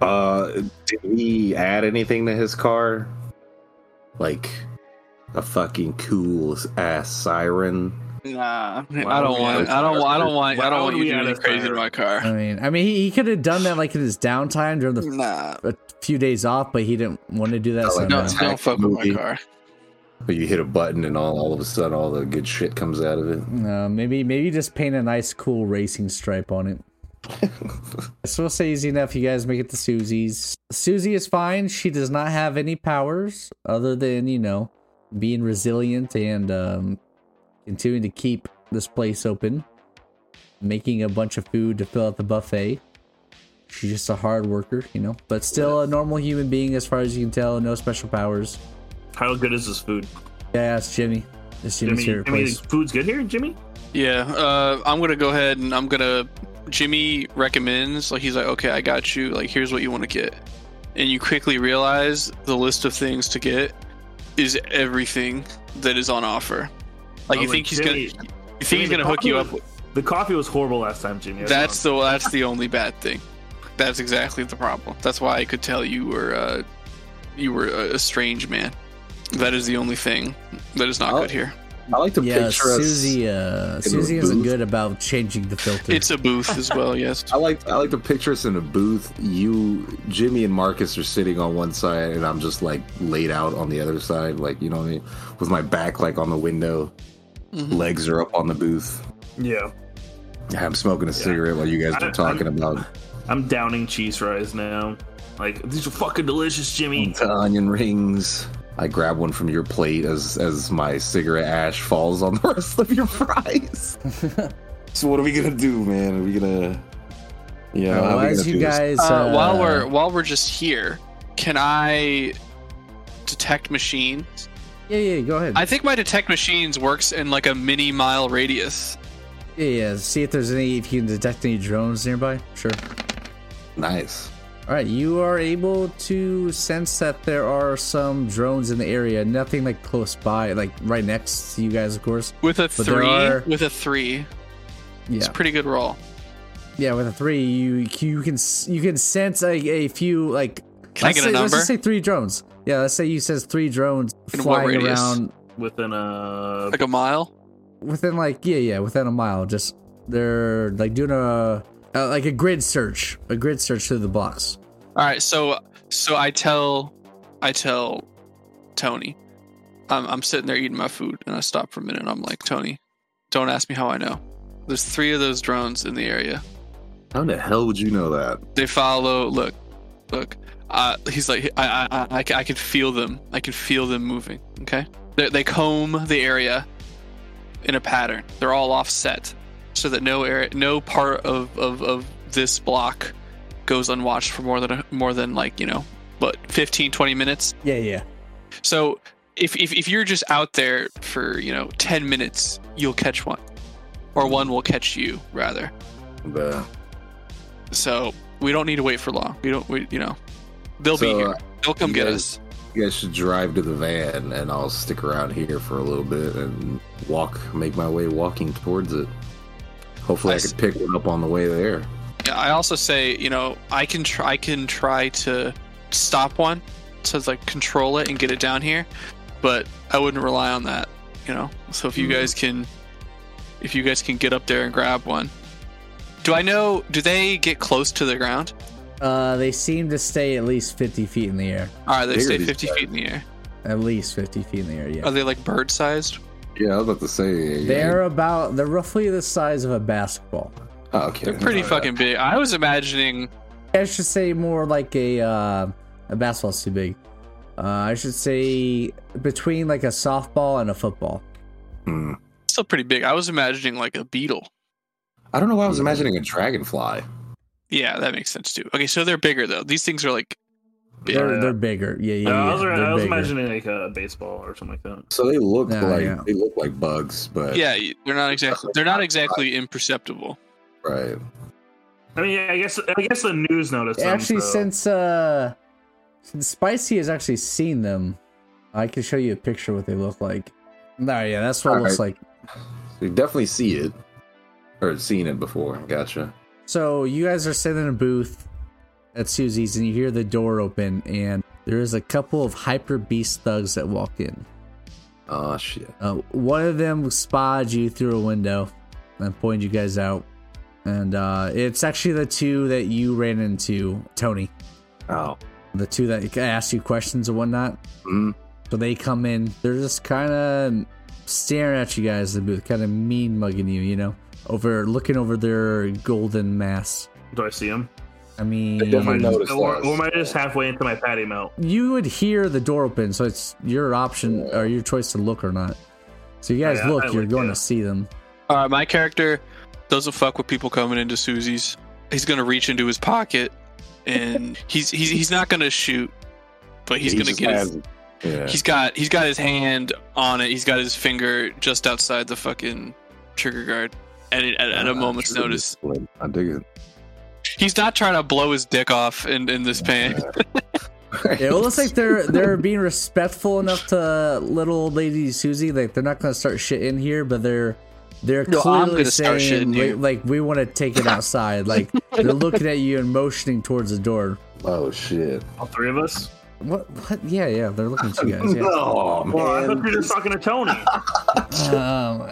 Speaker 5: Uh, did we add anything to his car? Like a fucking cool ass siren?
Speaker 4: Nah,
Speaker 2: Why
Speaker 4: I
Speaker 2: would
Speaker 4: don't
Speaker 2: we
Speaker 4: want.
Speaker 2: add
Speaker 4: I don't want. I don't want.
Speaker 2: Why
Speaker 4: I don't
Speaker 2: would
Speaker 4: want you
Speaker 2: we
Speaker 4: doing
Speaker 2: add a
Speaker 4: anything crazy
Speaker 2: fire?
Speaker 4: to my car.
Speaker 1: I mean, I mean, he, he could have done that like in his downtime during the
Speaker 4: Nah,
Speaker 1: a few days off, but he didn't want to do that.
Speaker 5: Not
Speaker 1: so
Speaker 5: like
Speaker 4: no,
Speaker 5: that.
Speaker 4: don't fuck with my
Speaker 5: Movie.
Speaker 4: car.
Speaker 5: But you hit a button and all, all of a sudden all the good shit comes out of it.
Speaker 1: no. Uh, maybe maybe just paint a nice, cool racing stripe on it. So we'll say easy enough. You guys make it to Susie's. Susie is fine. She does not have any powers other than you know being resilient and um, continuing to keep this place open, making a bunch of food to fill out the buffet. She's just a hard worker, you know, but still a normal human being as far as you can tell. No special powers.
Speaker 2: How good is this food?
Speaker 1: Yeah, it's Jimmy. It's Jimmy's
Speaker 2: Jimmy,
Speaker 1: favorite
Speaker 2: Jimmy,
Speaker 1: place.
Speaker 2: the food's good here, Jimmy.
Speaker 4: Yeah, uh, I'm gonna go ahead and I'm gonna. Jimmy recommends like he's like, okay, I got you. Like here's what you want to get, and you quickly realize the list of things to get is everything that is on offer. Like
Speaker 2: I
Speaker 4: you
Speaker 2: was
Speaker 4: think he's
Speaker 2: Oh, Jimmy,
Speaker 4: gonna, you think he's
Speaker 2: Jimmy,
Speaker 4: gonna
Speaker 2: the
Speaker 4: hook you
Speaker 2: coffee
Speaker 4: up.
Speaker 2: was- The coffee was horrible last time, Jimmy.
Speaker 4: That's
Speaker 2: wrong.
Speaker 4: the that's the only bad thing. That's exactly the problem. That's why I could tell you were uh, you were a, a strange man. That is the only thing that is not
Speaker 5: Oh.
Speaker 4: good here.
Speaker 5: I like to
Speaker 1: yeah,
Speaker 5: picture us.
Speaker 1: Susie. Uh, Susie
Speaker 5: a
Speaker 1: isn't
Speaker 5: booth.
Speaker 1: good about changing the filter.
Speaker 4: It's a booth as well. Yes.
Speaker 5: I like I like to picture us in a booth. You, Jimmy, and Marcus are sitting on one side, and I'm just like laid out on the other side, like you know what I mean, with my back like on the window,
Speaker 2: Mm-hmm.
Speaker 4: Mhm.
Speaker 5: legs are up on the booth.
Speaker 2: yeah.
Speaker 5: I'm smoking a cigarette while you guys
Speaker 2: I-
Speaker 5: are talking about
Speaker 2: I'm downing cheese fries now. Like these are fucking delicious, Jimmy.
Speaker 5: to onion rings. I grab one from your plate as as my cigarette ash falls on the rest of your fries. so what are we gonna do, man? Are we gonna? Yeah,
Speaker 1: Well,
Speaker 5: how are we
Speaker 1: as
Speaker 5: gonna
Speaker 1: you
Speaker 5: do this?
Speaker 1: guys,
Speaker 4: Uh,
Speaker 1: uh,
Speaker 4: while we're while we're just here, can I detect machines?
Speaker 1: yeah, yeah, go ahead.
Speaker 4: I think my detect machines works in like a mini mile radius.
Speaker 1: yeah, yeah, see if there's any if you can detect any drones nearby. Sure.
Speaker 5: Nice.
Speaker 1: All right, you are able to sense that there are some drones in the area. Nothing like close by, like right next to you guys, of course.
Speaker 4: With
Speaker 1: there
Speaker 4: a three,
Speaker 1: are-
Speaker 4: with a three, it's
Speaker 1: Yeah,
Speaker 4: a pretty good roll.
Speaker 1: yeah. With a three, you you can s- you can sense a, a few like
Speaker 4: Can I
Speaker 1: let's
Speaker 4: get a
Speaker 1: say, Let's
Speaker 4: number?
Speaker 1: just say three drones. Yeah, let's say you says three drones
Speaker 4: In what
Speaker 1: flying
Speaker 4: radius?
Speaker 1: around
Speaker 2: within a
Speaker 4: Like a mile?
Speaker 1: within like yeah, yeah, within a mile. Just they're like doing a uh, like a grid search, a grid search through the blocks.
Speaker 4: All right, so so I tell I tell Tony, I'm I'm sitting there eating my food, and I stop for a minute. and I'm like, Tony, don't ask me how I know. There's three of those drones in the area.
Speaker 5: How the hell would you know that?
Speaker 4: They follow. Look, look. Uh, he's like, I, I, I, I ca- I can feel them. I can feel them moving. Okay, they, they comb the area in a pattern. They're all offset so that no area, no part of, of, of this block goes unwatched for more than a, more than like you know, but 15, 20 minutes.
Speaker 1: Yeah, yeah.
Speaker 4: So if, if if you're just out there for you know ten minutes, you'll catch one, or one will catch you rather.
Speaker 5: The-
Speaker 4: So we don't need to wait for long. We don't. We you know, they'll be
Speaker 5: So,
Speaker 4: here.
Speaker 5: uh,
Speaker 4: They'll come
Speaker 5: you
Speaker 4: get
Speaker 5: guys-
Speaker 4: us.
Speaker 5: you guys should drive to the van, and I'll stick around here for a little bit and walk, make my way walking towards it. Hopefully,
Speaker 4: I
Speaker 5: I,
Speaker 4: s-
Speaker 5: could pick one up on the way there.
Speaker 4: Yeah, I also say you know I can try I can try to stop one to like control it and get it down here, but I wouldn't rely on that. You know. So if you
Speaker 5: Hmm.
Speaker 4: guys can, if you guys can get up there and grab one. Do I know? Do they get close to the ground?
Speaker 1: Uh, they seem to stay at least fifty feet in the air.
Speaker 4: All right, they
Speaker 5: Bigger
Speaker 4: stay
Speaker 5: these
Speaker 4: 50
Speaker 5: guys.
Speaker 4: feet in the air.
Speaker 1: At least fifty feet in the air. Yeah.
Speaker 2: Oh,
Speaker 4: Are they like bird sized?
Speaker 5: Yeah, I was about to say. yeah.
Speaker 1: They're about they're roughly the size of a basketball.
Speaker 5: Oh, okay.
Speaker 4: They're pretty
Speaker 5: Alright.
Speaker 4: fucking big. I was imagining.
Speaker 1: I should say more like a uh, a basketball's too big. Uh, I should say between like a softball and a football.
Speaker 5: Hmm.
Speaker 4: Still pretty big. I was imagining like a beetle.
Speaker 5: I don't know why I was imagining a dragonfly.
Speaker 4: Yeah, that makes sense too. Okay, so they're bigger though. These things are like big.
Speaker 1: They're
Speaker 2: Yeah.
Speaker 1: they're bigger. Yeah, yeah.
Speaker 2: Uh,
Speaker 1: yeah.
Speaker 2: I was,
Speaker 1: They're
Speaker 2: I was
Speaker 1: bigger.
Speaker 2: imagining like a baseball or something like that.
Speaker 5: So they look
Speaker 1: Yeah,
Speaker 5: like
Speaker 1: yeah.
Speaker 5: they look like bugs, but
Speaker 4: yeah, you- they're not exactly. They're not exactly imperceptible.
Speaker 5: right.
Speaker 2: I mean, yeah, I guess I guess the news noticed. them,
Speaker 1: Actually,
Speaker 2: so-
Speaker 1: since uh, since Spicy has actually seen them, I can show you a picture of what they look like. No, yeah, that's what it looks like.
Speaker 5: You definitely see it or seen it before. Gotcha.
Speaker 1: So you guys are sitting in a booth at Susie's, and you hear the door open, and there is a couple of hyper beast thugs that walk in.
Speaker 5: Oh shit.
Speaker 1: Uh, one of them spied you through a window and pointed you guys out. And uh, it's actually the two that you ran into, Tony.
Speaker 5: Oh.
Speaker 1: The two that asked you questions and whatnot.
Speaker 2: Mm-hmm.
Speaker 5: Mhm.
Speaker 1: So they come in. They're just kind of staring at you guys in the booth, kind of mean mugging you, you know, over looking over their golden mass.
Speaker 2: do I see him?
Speaker 1: I mean,
Speaker 2: Am I
Speaker 5: definitely
Speaker 2: just,
Speaker 5: noticed
Speaker 2: or,
Speaker 5: us.
Speaker 2: or am I just halfway into my patty melt?
Speaker 1: you would hear the door open, so it's your option or your choice to look or not. So you guys
Speaker 2: Oh, Yeah, I-
Speaker 1: look,
Speaker 2: I
Speaker 1: you're
Speaker 2: look,
Speaker 1: going
Speaker 2: yeah.
Speaker 1: to see them.
Speaker 4: All right, Uh, my character doesn't fuck with people coming into Susie's. He's gonna reach into his pocket, and he's he's he's not gonna shoot, but he's
Speaker 5: He
Speaker 4: gonna
Speaker 5: just
Speaker 4: get his.
Speaker 5: has- yeah.
Speaker 4: He's got he's got his hand on it. He's got his finger just outside the fucking trigger guard, and at, at a
Speaker 5: Uh,
Speaker 4: moment's
Speaker 5: true
Speaker 4: notice,
Speaker 5: discipline. I dig it.
Speaker 4: he's not trying to blow his dick off in in this pain.
Speaker 1: Yeah, well, it looks like they're they're being respectful enough to little old lady Susie. Like they're not gonna start shit in here, but they're they're
Speaker 4: No, I'm
Speaker 1: clearly
Speaker 4: gonna start shit
Speaker 1: saying
Speaker 4: in
Speaker 1: like,
Speaker 4: here.
Speaker 1: like, we want to take it outside. like they're looking at you and motioning towards the door.
Speaker 5: oh shit.
Speaker 2: All three of us?
Speaker 1: What? What? Yeah, yeah. They're looking at you guys. Yeah.
Speaker 5: No,
Speaker 2: Well, I thought you were
Speaker 5: Oh, man.
Speaker 2: just talking to Tony.
Speaker 1: Um,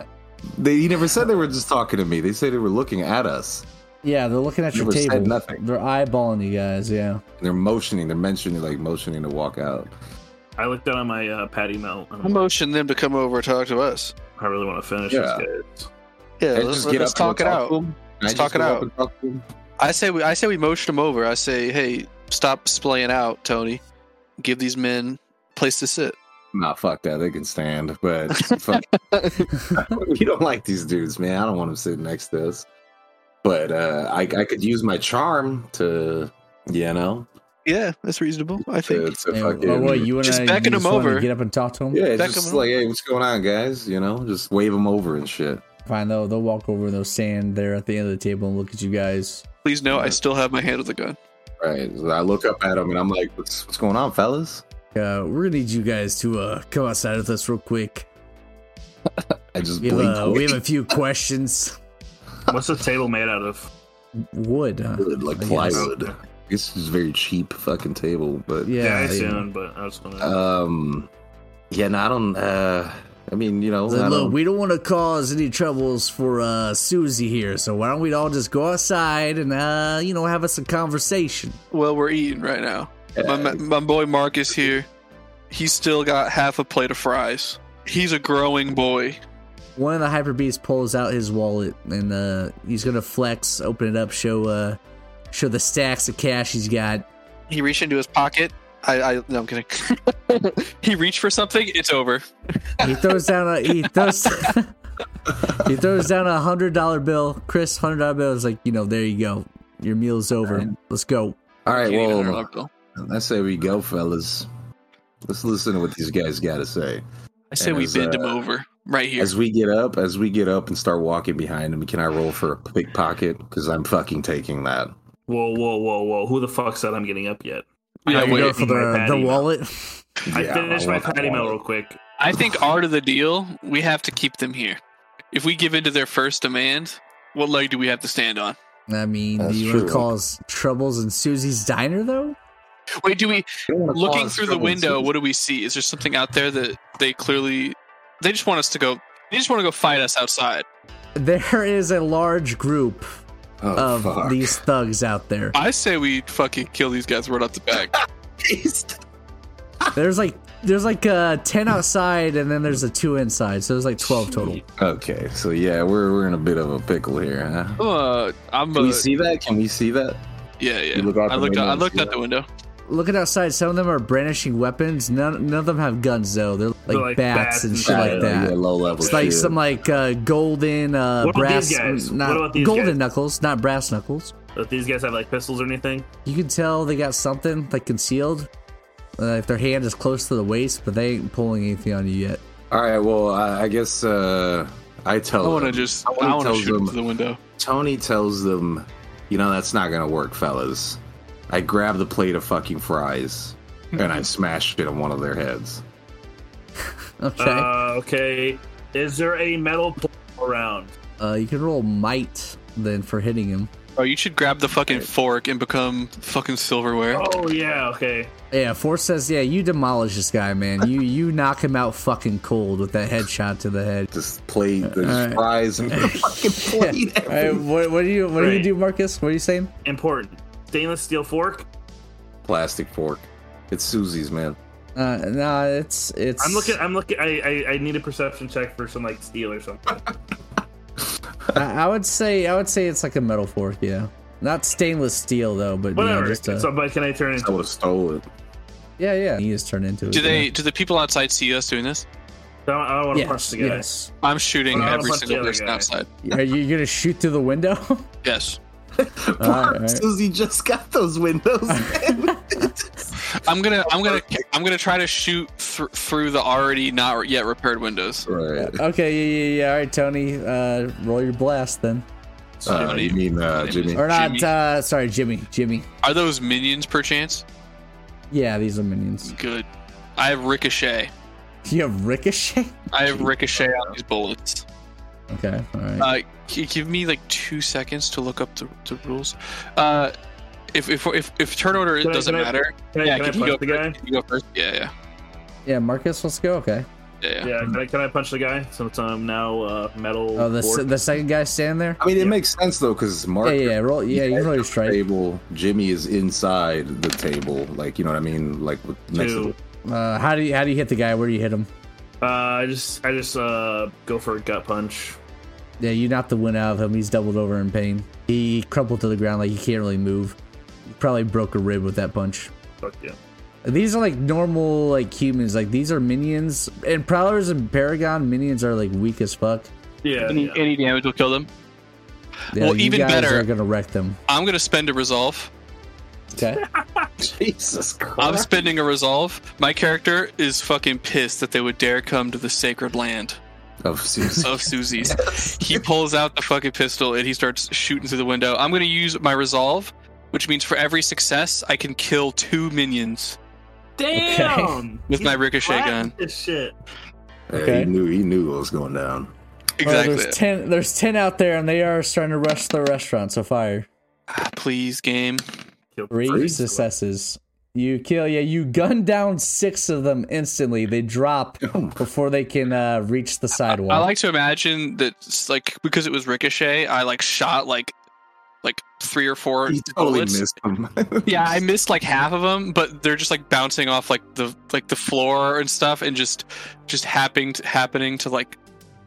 Speaker 5: They, he never said they were just talking to me. They said they were looking at us.
Speaker 1: yeah, they're looking at your
Speaker 5: Never said
Speaker 1: table.
Speaker 5: nothing.
Speaker 1: They're eyeballing you guys. Yeah.
Speaker 5: They're motioning. They're mentioning like motioning to walk out.
Speaker 2: I looked down on my uh, patty melt. and
Speaker 4: I
Speaker 2: I'm like,
Speaker 4: motion them to come over and talk to us.
Speaker 2: I really want to finish this,
Speaker 5: Yeah.
Speaker 2: guys.
Speaker 4: Yeah,
Speaker 5: Can I
Speaker 4: let's,
Speaker 5: just get
Speaker 4: let's
Speaker 5: up and go
Speaker 4: talk it
Speaker 5: talk to
Speaker 4: out.
Speaker 5: him? Can I
Speaker 4: Let's
Speaker 5: just
Speaker 4: talk it
Speaker 5: go up
Speaker 4: out.
Speaker 5: and talk to him?
Speaker 4: I say we I say we motion them over. I say, hey, stop splaying out, Tony. Give these men a place to sit.
Speaker 5: Nah, fuck that. They can stand, but fuck. we don't like these dudes, man. I don't want them sitting next to us. But uh, I, I could use my charm to, you know,
Speaker 4: Yeah, that's reasonable. I
Speaker 5: to,
Speaker 4: think.
Speaker 5: to
Speaker 1: Yeah,
Speaker 5: fucking.
Speaker 1: oh, what, you and
Speaker 4: Just
Speaker 1: I,
Speaker 4: beckon
Speaker 1: you
Speaker 4: them
Speaker 1: wanna
Speaker 4: over.
Speaker 1: Get up and talk to them.
Speaker 5: yeah, it's
Speaker 4: Beck 'em
Speaker 5: just
Speaker 4: up.
Speaker 5: like, hey, what's going on, guys? You know, just wave them over and shit.
Speaker 1: Fine. They'll they'll walk over and they'll stand there at the end of the table and look at you guys.
Speaker 4: Please know I still have my hand on the gun.
Speaker 5: Right. So I look up at him and I'm like, what's, what's going on, fellas?
Speaker 1: Uh, we're gonna need you guys to uh, come outside with us real quick.
Speaker 5: I just
Speaker 1: We have,
Speaker 5: blink.
Speaker 1: uh, we have a few questions.
Speaker 2: What's this table made out of?
Speaker 1: Wood, huh?
Speaker 5: Wood, like
Speaker 1: I guess.
Speaker 5: plywood. It's just very cheap fucking table, but
Speaker 2: Yeah,
Speaker 1: Yeah,
Speaker 2: I
Speaker 1: yeah.
Speaker 2: soon, but I was gonna.
Speaker 5: um, yeah, no, I don't. Uh, I mean, you know,
Speaker 1: It's like,
Speaker 5: I
Speaker 1: look,
Speaker 5: don't-
Speaker 1: we don't want to cause any troubles for uh, Susie here, so why don't we all just go outside and uh, you know have us a conversation?
Speaker 4: Well, we're eating right now. My,
Speaker 5: uh,
Speaker 4: my, my boy Marcus here. He's still got half a plate of fries. He's a growing boy.
Speaker 1: One of the hyper beasts pulls out his wallet and uh, he's gonna flex, open it up, show uh, show the stacks of cash he's got.
Speaker 4: He reached into his pocket. I, I no, I'm kidding. he reached for something. It's over.
Speaker 1: He throws down a he throws he throws down a hundred dollar bill. Chris, hundred dollar bill is like you know there you go, your meal's over. Let's go.
Speaker 5: all right,
Speaker 4: Can't eat
Speaker 5: well,
Speaker 4: another hot dog.
Speaker 5: I say we go, fellas. Let's listen to what these guys got to say.
Speaker 4: I say we
Speaker 5: as,
Speaker 4: bend him
Speaker 5: uh,
Speaker 4: over right here.
Speaker 5: As we get up, as we get up and start walking behind him, can I roll for a pickpocket? Because I'm fucking taking that.
Speaker 2: whoa, whoa, whoa, whoa! Who the fuck said I'm getting up yet?
Speaker 4: yeah,
Speaker 2: I
Speaker 1: You
Speaker 2: wait.
Speaker 1: go for
Speaker 2: My
Speaker 1: the
Speaker 2: bad
Speaker 1: the
Speaker 2: email.
Speaker 1: wallet.
Speaker 2: I
Speaker 5: Yeah,
Speaker 2: finished my
Speaker 5: want- I
Speaker 2: patty
Speaker 5: want
Speaker 2: melt
Speaker 5: it.
Speaker 2: real quick.
Speaker 4: I think art of the deal. We have to keep them here. If we give in to their first demand, what leg do we have to stand on?
Speaker 1: I mean,
Speaker 5: That's
Speaker 1: do you want
Speaker 5: true.
Speaker 1: to cause troubles in Susie's diner though?
Speaker 4: Wait, do we
Speaker 5: Don't wanna
Speaker 4: looking
Speaker 5: cause
Speaker 4: through the
Speaker 5: trouble,
Speaker 4: window?
Speaker 5: so-
Speaker 4: What do we see? Is there something out there that they clearly? They just want us to go. They just want to go fight us outside.
Speaker 1: There is a large group
Speaker 5: Oh,
Speaker 1: of
Speaker 5: fuck.
Speaker 1: these thugs out there.
Speaker 4: I say we fucking kill these guys right off the back.
Speaker 1: There's like there's like uh ten outside and then there's a two inside, so there's like twelve total.
Speaker 5: Okay, so yeah, we're we're in a bit of a pickle here, huh?
Speaker 4: Uh, I'm.
Speaker 5: Can
Speaker 4: Uh,
Speaker 5: we see that? Can we see that?
Speaker 4: yeah, yeah.
Speaker 5: You look out
Speaker 4: I
Speaker 5: the
Speaker 4: looked. Out,
Speaker 5: window
Speaker 4: I
Speaker 5: and
Speaker 4: looked
Speaker 5: see
Speaker 4: out
Speaker 5: that?
Speaker 4: the windook
Speaker 1: Looking outside, some of them are brandishing weapons. None none of them have guns though. They're like,
Speaker 2: They're like
Speaker 1: bats,
Speaker 2: bats
Speaker 1: and
Speaker 2: and
Speaker 1: shit
Speaker 5: Yeah,
Speaker 1: like that.
Speaker 5: Uh, yeah, low level.
Speaker 1: It's like
Speaker 5: shit.
Speaker 1: some like uh, golden uh,
Speaker 2: What about
Speaker 1: brass,
Speaker 2: these guys?
Speaker 1: not
Speaker 2: What about these
Speaker 1: golden
Speaker 2: guys?
Speaker 1: knuckles, not brass knuckles.
Speaker 2: If Uh, these guys have like pistols or anything,
Speaker 1: You can tell they got something like concealed. Uh, if their hand is close to the waist, but they ain't pulling anything on you yet.
Speaker 5: All right, well, I, I guess uh, I
Speaker 4: I
Speaker 5: tell.
Speaker 4: want to
Speaker 5: them.
Speaker 4: just.
Speaker 5: I
Speaker 4: I
Speaker 5: wanna
Speaker 4: want
Speaker 5: tell
Speaker 4: to shoot
Speaker 5: them-
Speaker 4: into the window.
Speaker 5: Tony tells them, you know, that's not gonna work, fellas. I grab the plate of fucking fries and I smash it on one of their heads.
Speaker 1: Okay, uh,
Speaker 2: uh, okay. Is there a metal pole around?
Speaker 1: Uh, you can roll might then for hitting him.
Speaker 4: Oh, you should grab the fucking fork and become fucking silverware.
Speaker 2: Oh yeah, okay.
Speaker 1: Yeah, Force says, yeah, you demolish this guy, man. You you knock him out fucking cold with that headshot to the head.
Speaker 5: Just plate, there's
Speaker 1: All right.
Speaker 5: fries, and fucking plate.
Speaker 1: All right, what, what do you what do you
Speaker 2: Right.
Speaker 1: do, Marcus? What are you saying?
Speaker 2: Important. Stainless steel fork.
Speaker 5: Plastic fork. It's Susie's, man.
Speaker 1: Uh, no, it's it's.
Speaker 2: I'm looking. I'm looking. I, I I need a perception check for some like steel or something.
Speaker 1: I, I would say I would say it's like a metal fork, yeah. Not stainless steel though, but yeah,
Speaker 2: Whatever.
Speaker 1: just uh, a,
Speaker 2: so, but can I turn it?
Speaker 5: I would have stole it.
Speaker 1: yeah, yeah. He is turned into.
Speaker 4: Do
Speaker 1: it,
Speaker 4: they? Do the people outside see us doing this?
Speaker 2: I don't, want
Speaker 1: Yeah.
Speaker 2: to punch
Speaker 1: Yes,
Speaker 2: the guy.
Speaker 1: yes.
Speaker 4: I'm shooting
Speaker 2: Well, I don't
Speaker 4: every
Speaker 2: punch the
Speaker 4: single
Speaker 2: other
Speaker 4: person
Speaker 2: guy.
Speaker 4: outside.
Speaker 1: Are you gonna shoot through the window?
Speaker 4: Yes.
Speaker 1: All right.
Speaker 5: Susie just got those windows. man.
Speaker 4: I'm gonna, I'm gonna, I'm gonna try to shoot thr through the already not yet repaired windows.
Speaker 5: right.
Speaker 1: okay, yeah, yeah, yeah. All right, Tony, uh, roll your blast then,
Speaker 5: Uh, you mean uh, Jimmy?
Speaker 1: or not?
Speaker 4: Jimmy.
Speaker 1: Uh, sorry, Jimmy, Jimmy.
Speaker 4: Are those minions, perchance?
Speaker 1: Yeah, these are minions.
Speaker 4: Good. I have ricochet.
Speaker 1: You have ricochet.
Speaker 4: I have ricochet on these bullets.
Speaker 1: Okay, all right.
Speaker 4: Uh, g- give me like two seconds to look up the, the rules. Uh, if if if, if turn order
Speaker 2: Can I-
Speaker 4: doesn't
Speaker 2: can I-
Speaker 4: matter,
Speaker 2: Can I,
Speaker 4: yeah,
Speaker 2: can I
Speaker 4: can you go
Speaker 2: punch the guy?
Speaker 4: first? Can you go first? Yeah, yeah,
Speaker 1: yeah, Marcus, let's go. Okay.
Speaker 4: yeah. yeah.
Speaker 2: Yeah. Can I, can I punch the guy? Since I'm now uh, metal.
Speaker 1: Oh, the s-
Speaker 2: fork.
Speaker 1: the second guy standing there.
Speaker 5: I mean, it
Speaker 2: Yeah.
Speaker 5: makes sense though, because Mark.
Speaker 1: Yeah, yeah, roll. Yeah, you can roll your strike.
Speaker 5: Table. Jimmy is inside the table, like you know what I mean, like with- next to
Speaker 2: Two.
Speaker 5: the
Speaker 1: Uh, how do you how do you hit the guy? Where do you hit him?
Speaker 2: Uh, I just I just uh go for a gut punch.
Speaker 1: Yeah, you knocked the wind out of him. He's doubled over in pain. He crumpled to the ground like he can't really move. He probably broke a rib with that punch.
Speaker 2: Fuck yeah.
Speaker 1: These are like normal like humans. Like these are minions. And Prowlers and Paragon minions are like weak as fuck.
Speaker 2: Yeah.
Speaker 4: Any,
Speaker 2: yeah.
Speaker 4: any damage will kill them.
Speaker 1: Yeah,
Speaker 4: Well,
Speaker 1: you
Speaker 4: even
Speaker 1: guys
Speaker 4: better-
Speaker 1: are gonna wreck them.
Speaker 4: I'm gonna spend a resolve.
Speaker 1: Okay.
Speaker 5: Jesus
Speaker 4: I'm
Speaker 5: Christ.
Speaker 4: spending a resolve. My character is fucking pissed that they would dare come to the sacred land
Speaker 5: Of Susie.
Speaker 4: of Susie's. He pulls out the fucking pistol and he starts shooting through the window. I'm gonna use my resolve, which means for every success, I can kill two minions.
Speaker 2: Damn. He's
Speaker 4: With my ricochet
Speaker 2: flat
Speaker 4: gun.
Speaker 2: This shit.
Speaker 5: Yeah,
Speaker 1: Okay.
Speaker 5: he knew he knew what was going down.
Speaker 1: Exactly.
Speaker 4: Exactly.
Speaker 1: there's ten. There's ten out there, and they are starting to rush the restaurant. So fire.
Speaker 4: Ah, Please, game.
Speaker 2: kill
Speaker 1: Three successes. You kill, yeah, you gun down six of them instantly. They drop
Speaker 4: Oh
Speaker 1: before they can uh, reach the sidewalk.
Speaker 4: I like to imagine that, s- like, because it was ricochet, I like shot like, like three or four
Speaker 5: He totally
Speaker 4: bullets.
Speaker 5: missed him.
Speaker 4: Yeah, I missed like half of them, but they're just like bouncing off like the like the floor and stuff, and just just happening to, happening to like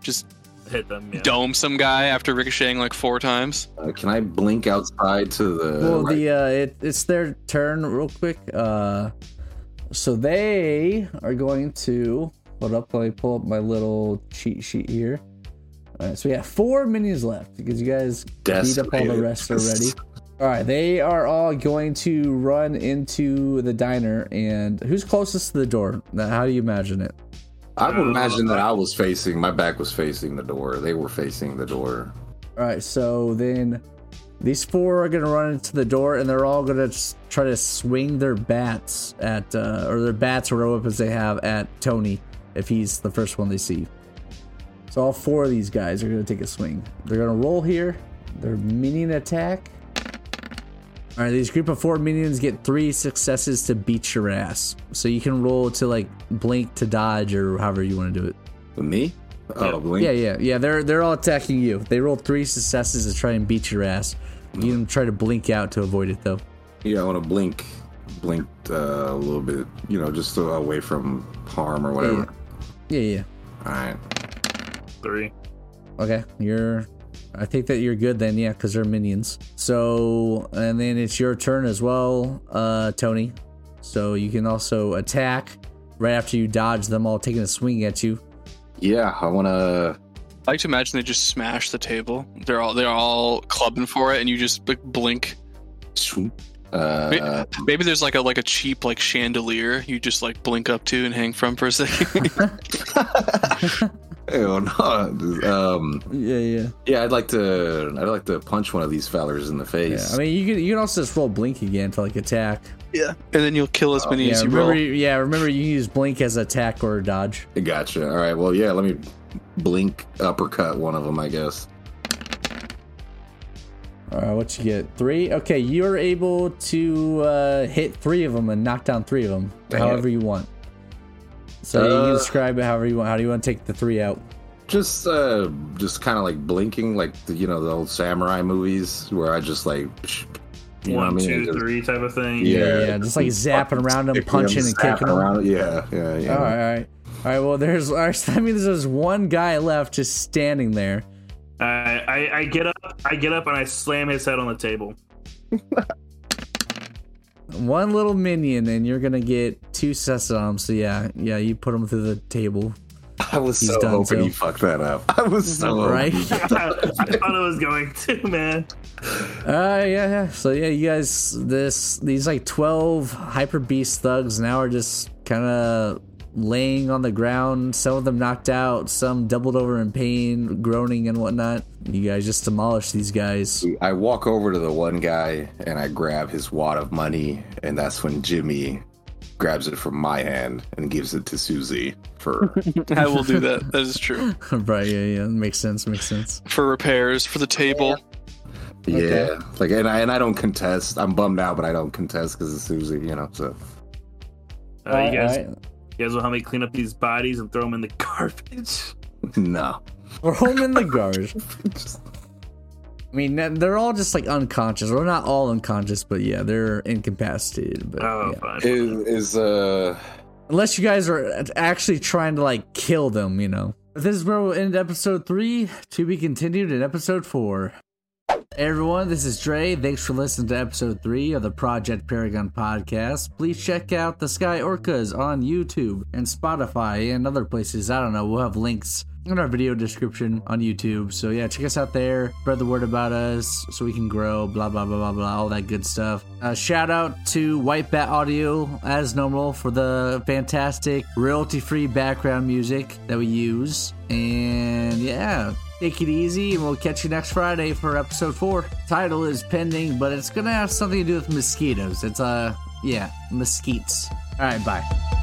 Speaker 4: just
Speaker 2: Hit them. Yeah.
Speaker 4: dome some guy after ricocheting like four times.
Speaker 5: Uh, can I blink outside to the?
Speaker 1: well,
Speaker 5: right?
Speaker 1: the uh, it, it's their turn, real quick. Uh, so they are going to hold up. Let me pull up my little cheat sheet here. All right, so we have four minions left because you guys beat up all the
Speaker 5: Decimated.
Speaker 1: rest already. All right, they are all going to run into the diner, and who's closest to the door? Now, How do you imagine it?
Speaker 5: I would imagine that I was facing. My back was facing the door. They were facing the door.
Speaker 1: All right, so then these four are gonna run into the door, and they're all gonna s- try to swing their bats at, uh, or their bats or whatever weapons they have at Tony if he's the first one they see. So all four of these guys are gonna take a swing. They're gonna roll here. Their minion attack. All right, these group of four minions get three successes to beat your ass. So you can roll to like blink to dodge or however you want to do it.
Speaker 5: With me? Oh, blink.
Speaker 1: Yeah, yeah, yeah. They're they're all attacking you. They rolled three successes to try and beat your ass. You can try to blink out to avoid it though.
Speaker 5: Yeah, I want to blink, blink uh, a little bit. You know, just so away from harm or
Speaker 1: Yeah,
Speaker 5: whatever.
Speaker 1: yeah, yeah.
Speaker 5: All right.
Speaker 2: Three.
Speaker 1: Okay, you're. I think that you're good then, yeah, because they're minions. So, and then it's your turn as well, uh, Tony. So you can also attack right after you dodge them all taking a swing at you.
Speaker 5: Yeah, I want to.
Speaker 4: I like to imagine they just smash the table. They're all they're all clubbing for it, and you just b- blink. May-
Speaker 5: Uh,
Speaker 4: Maybe there's like a like a cheap like chandelier you just like blink up to and hang from for a second.
Speaker 5: hell no. Um,
Speaker 1: Yeah, yeah.
Speaker 5: yeah, I'd like to. I'd like to punch one of these fellers in the
Speaker 1: Yeah.
Speaker 5: face.
Speaker 1: I mean, you can you can also just roll blink again to like attack.
Speaker 4: yeah, and then you'll kill as many
Speaker 1: Yeah,
Speaker 4: as you
Speaker 1: remember,
Speaker 4: roll.
Speaker 1: yeah. Remember, you use blink as attack or dodge.
Speaker 5: Gotcha. All right. Well, yeah. Let me blink uppercut one of them. I guess.
Speaker 1: All right, Uh, what you get? Three. Okay, you're able to uh, hit three of them and knock down three of them,
Speaker 5: Dang
Speaker 1: however you want. So you can
Speaker 5: Uh,
Speaker 1: describe it however you want. How do you want to take the three out?
Speaker 5: Just, uh, just kind of like blinking, like the, you know the old samurai movies where I just like, psh, you know what I
Speaker 2: One,
Speaker 5: mean?
Speaker 2: two,
Speaker 5: Just-
Speaker 2: three type of thing.
Speaker 5: Yeah.
Speaker 1: yeah, just like zapping around them,
Speaker 5: Stick
Speaker 1: punching
Speaker 5: them,
Speaker 1: and
Speaker 5: zapping
Speaker 1: kicking them.
Speaker 5: around. Yeah, yeah, yeah.
Speaker 1: All right, all right, all right. Well, there's. All right, so that means there's one guy left just standing there.
Speaker 2: I, I I get up. I get up and I slam his head on the table.
Speaker 1: One little minion, and you're gonna get two sets on him. So yeah, yeah, you put him through the table,
Speaker 5: I was
Speaker 1: He's
Speaker 5: so
Speaker 1: done
Speaker 5: hoping
Speaker 1: too.
Speaker 5: you fucked that up. I was so hoping
Speaker 1: right?
Speaker 5: you
Speaker 2: I
Speaker 5: fucked that up.
Speaker 2: thought I was going to, man.
Speaker 1: Uh, yeah, yeah. So yeah, you guys, this these like twelve hyper beast thugs now are just kind of laying on the ground. Some of them knocked out, some doubled over in pain, groaning and whatnot. You guys just demolish these guys.
Speaker 5: I walk over to the one guy and I grab his wad of money, and that's when Jimmy grabs it from my hand and gives it to Susie for
Speaker 4: I will do that. That is true.
Speaker 1: right? Yeah, yeah. Makes sense. Makes sense.
Speaker 4: For repairs, for the table.
Speaker 5: yeah.
Speaker 1: Okay.
Speaker 5: Like, and I and I don't contest. I'm bummed out, but I don't contest because it's Susie, you know. So
Speaker 2: Uh, you guys, you guys will help me clean up these bodies and throw them in the garbage.
Speaker 5: no,
Speaker 1: We're home in the garbage.
Speaker 5: Just-
Speaker 1: I mean, they're all just like unconscious. Well, not all unconscious, but yeah, they're incapacitated. But
Speaker 2: Oh,
Speaker 1: yeah.
Speaker 2: fine.
Speaker 5: is, is uh
Speaker 1: Unless you guys are actually trying to like kill them, you know. This is where we'll end episode three, to be continued in episode four. Hey everyone, this is Dre. Thanks for listening to episode three of the Project Paragon podcast. Please check out the Sky Orcas on YouTube and Spotify and other places. I don't know, we'll have links in our video description on YouTube. So yeah, check us out there. Spread the word about us so we can grow, blah, blah, blah, blah, blah, all that good stuff. Uh, shout out to White Bat Audio, as normal, for the fantastic royalty-free background music that we use. And yeah, Take it easy, and we'll catch you next Friday for episode four. Title is pending, but it's gonna have something to do with mosquitoes. It's uh, yeah, mesquites. All right, bye.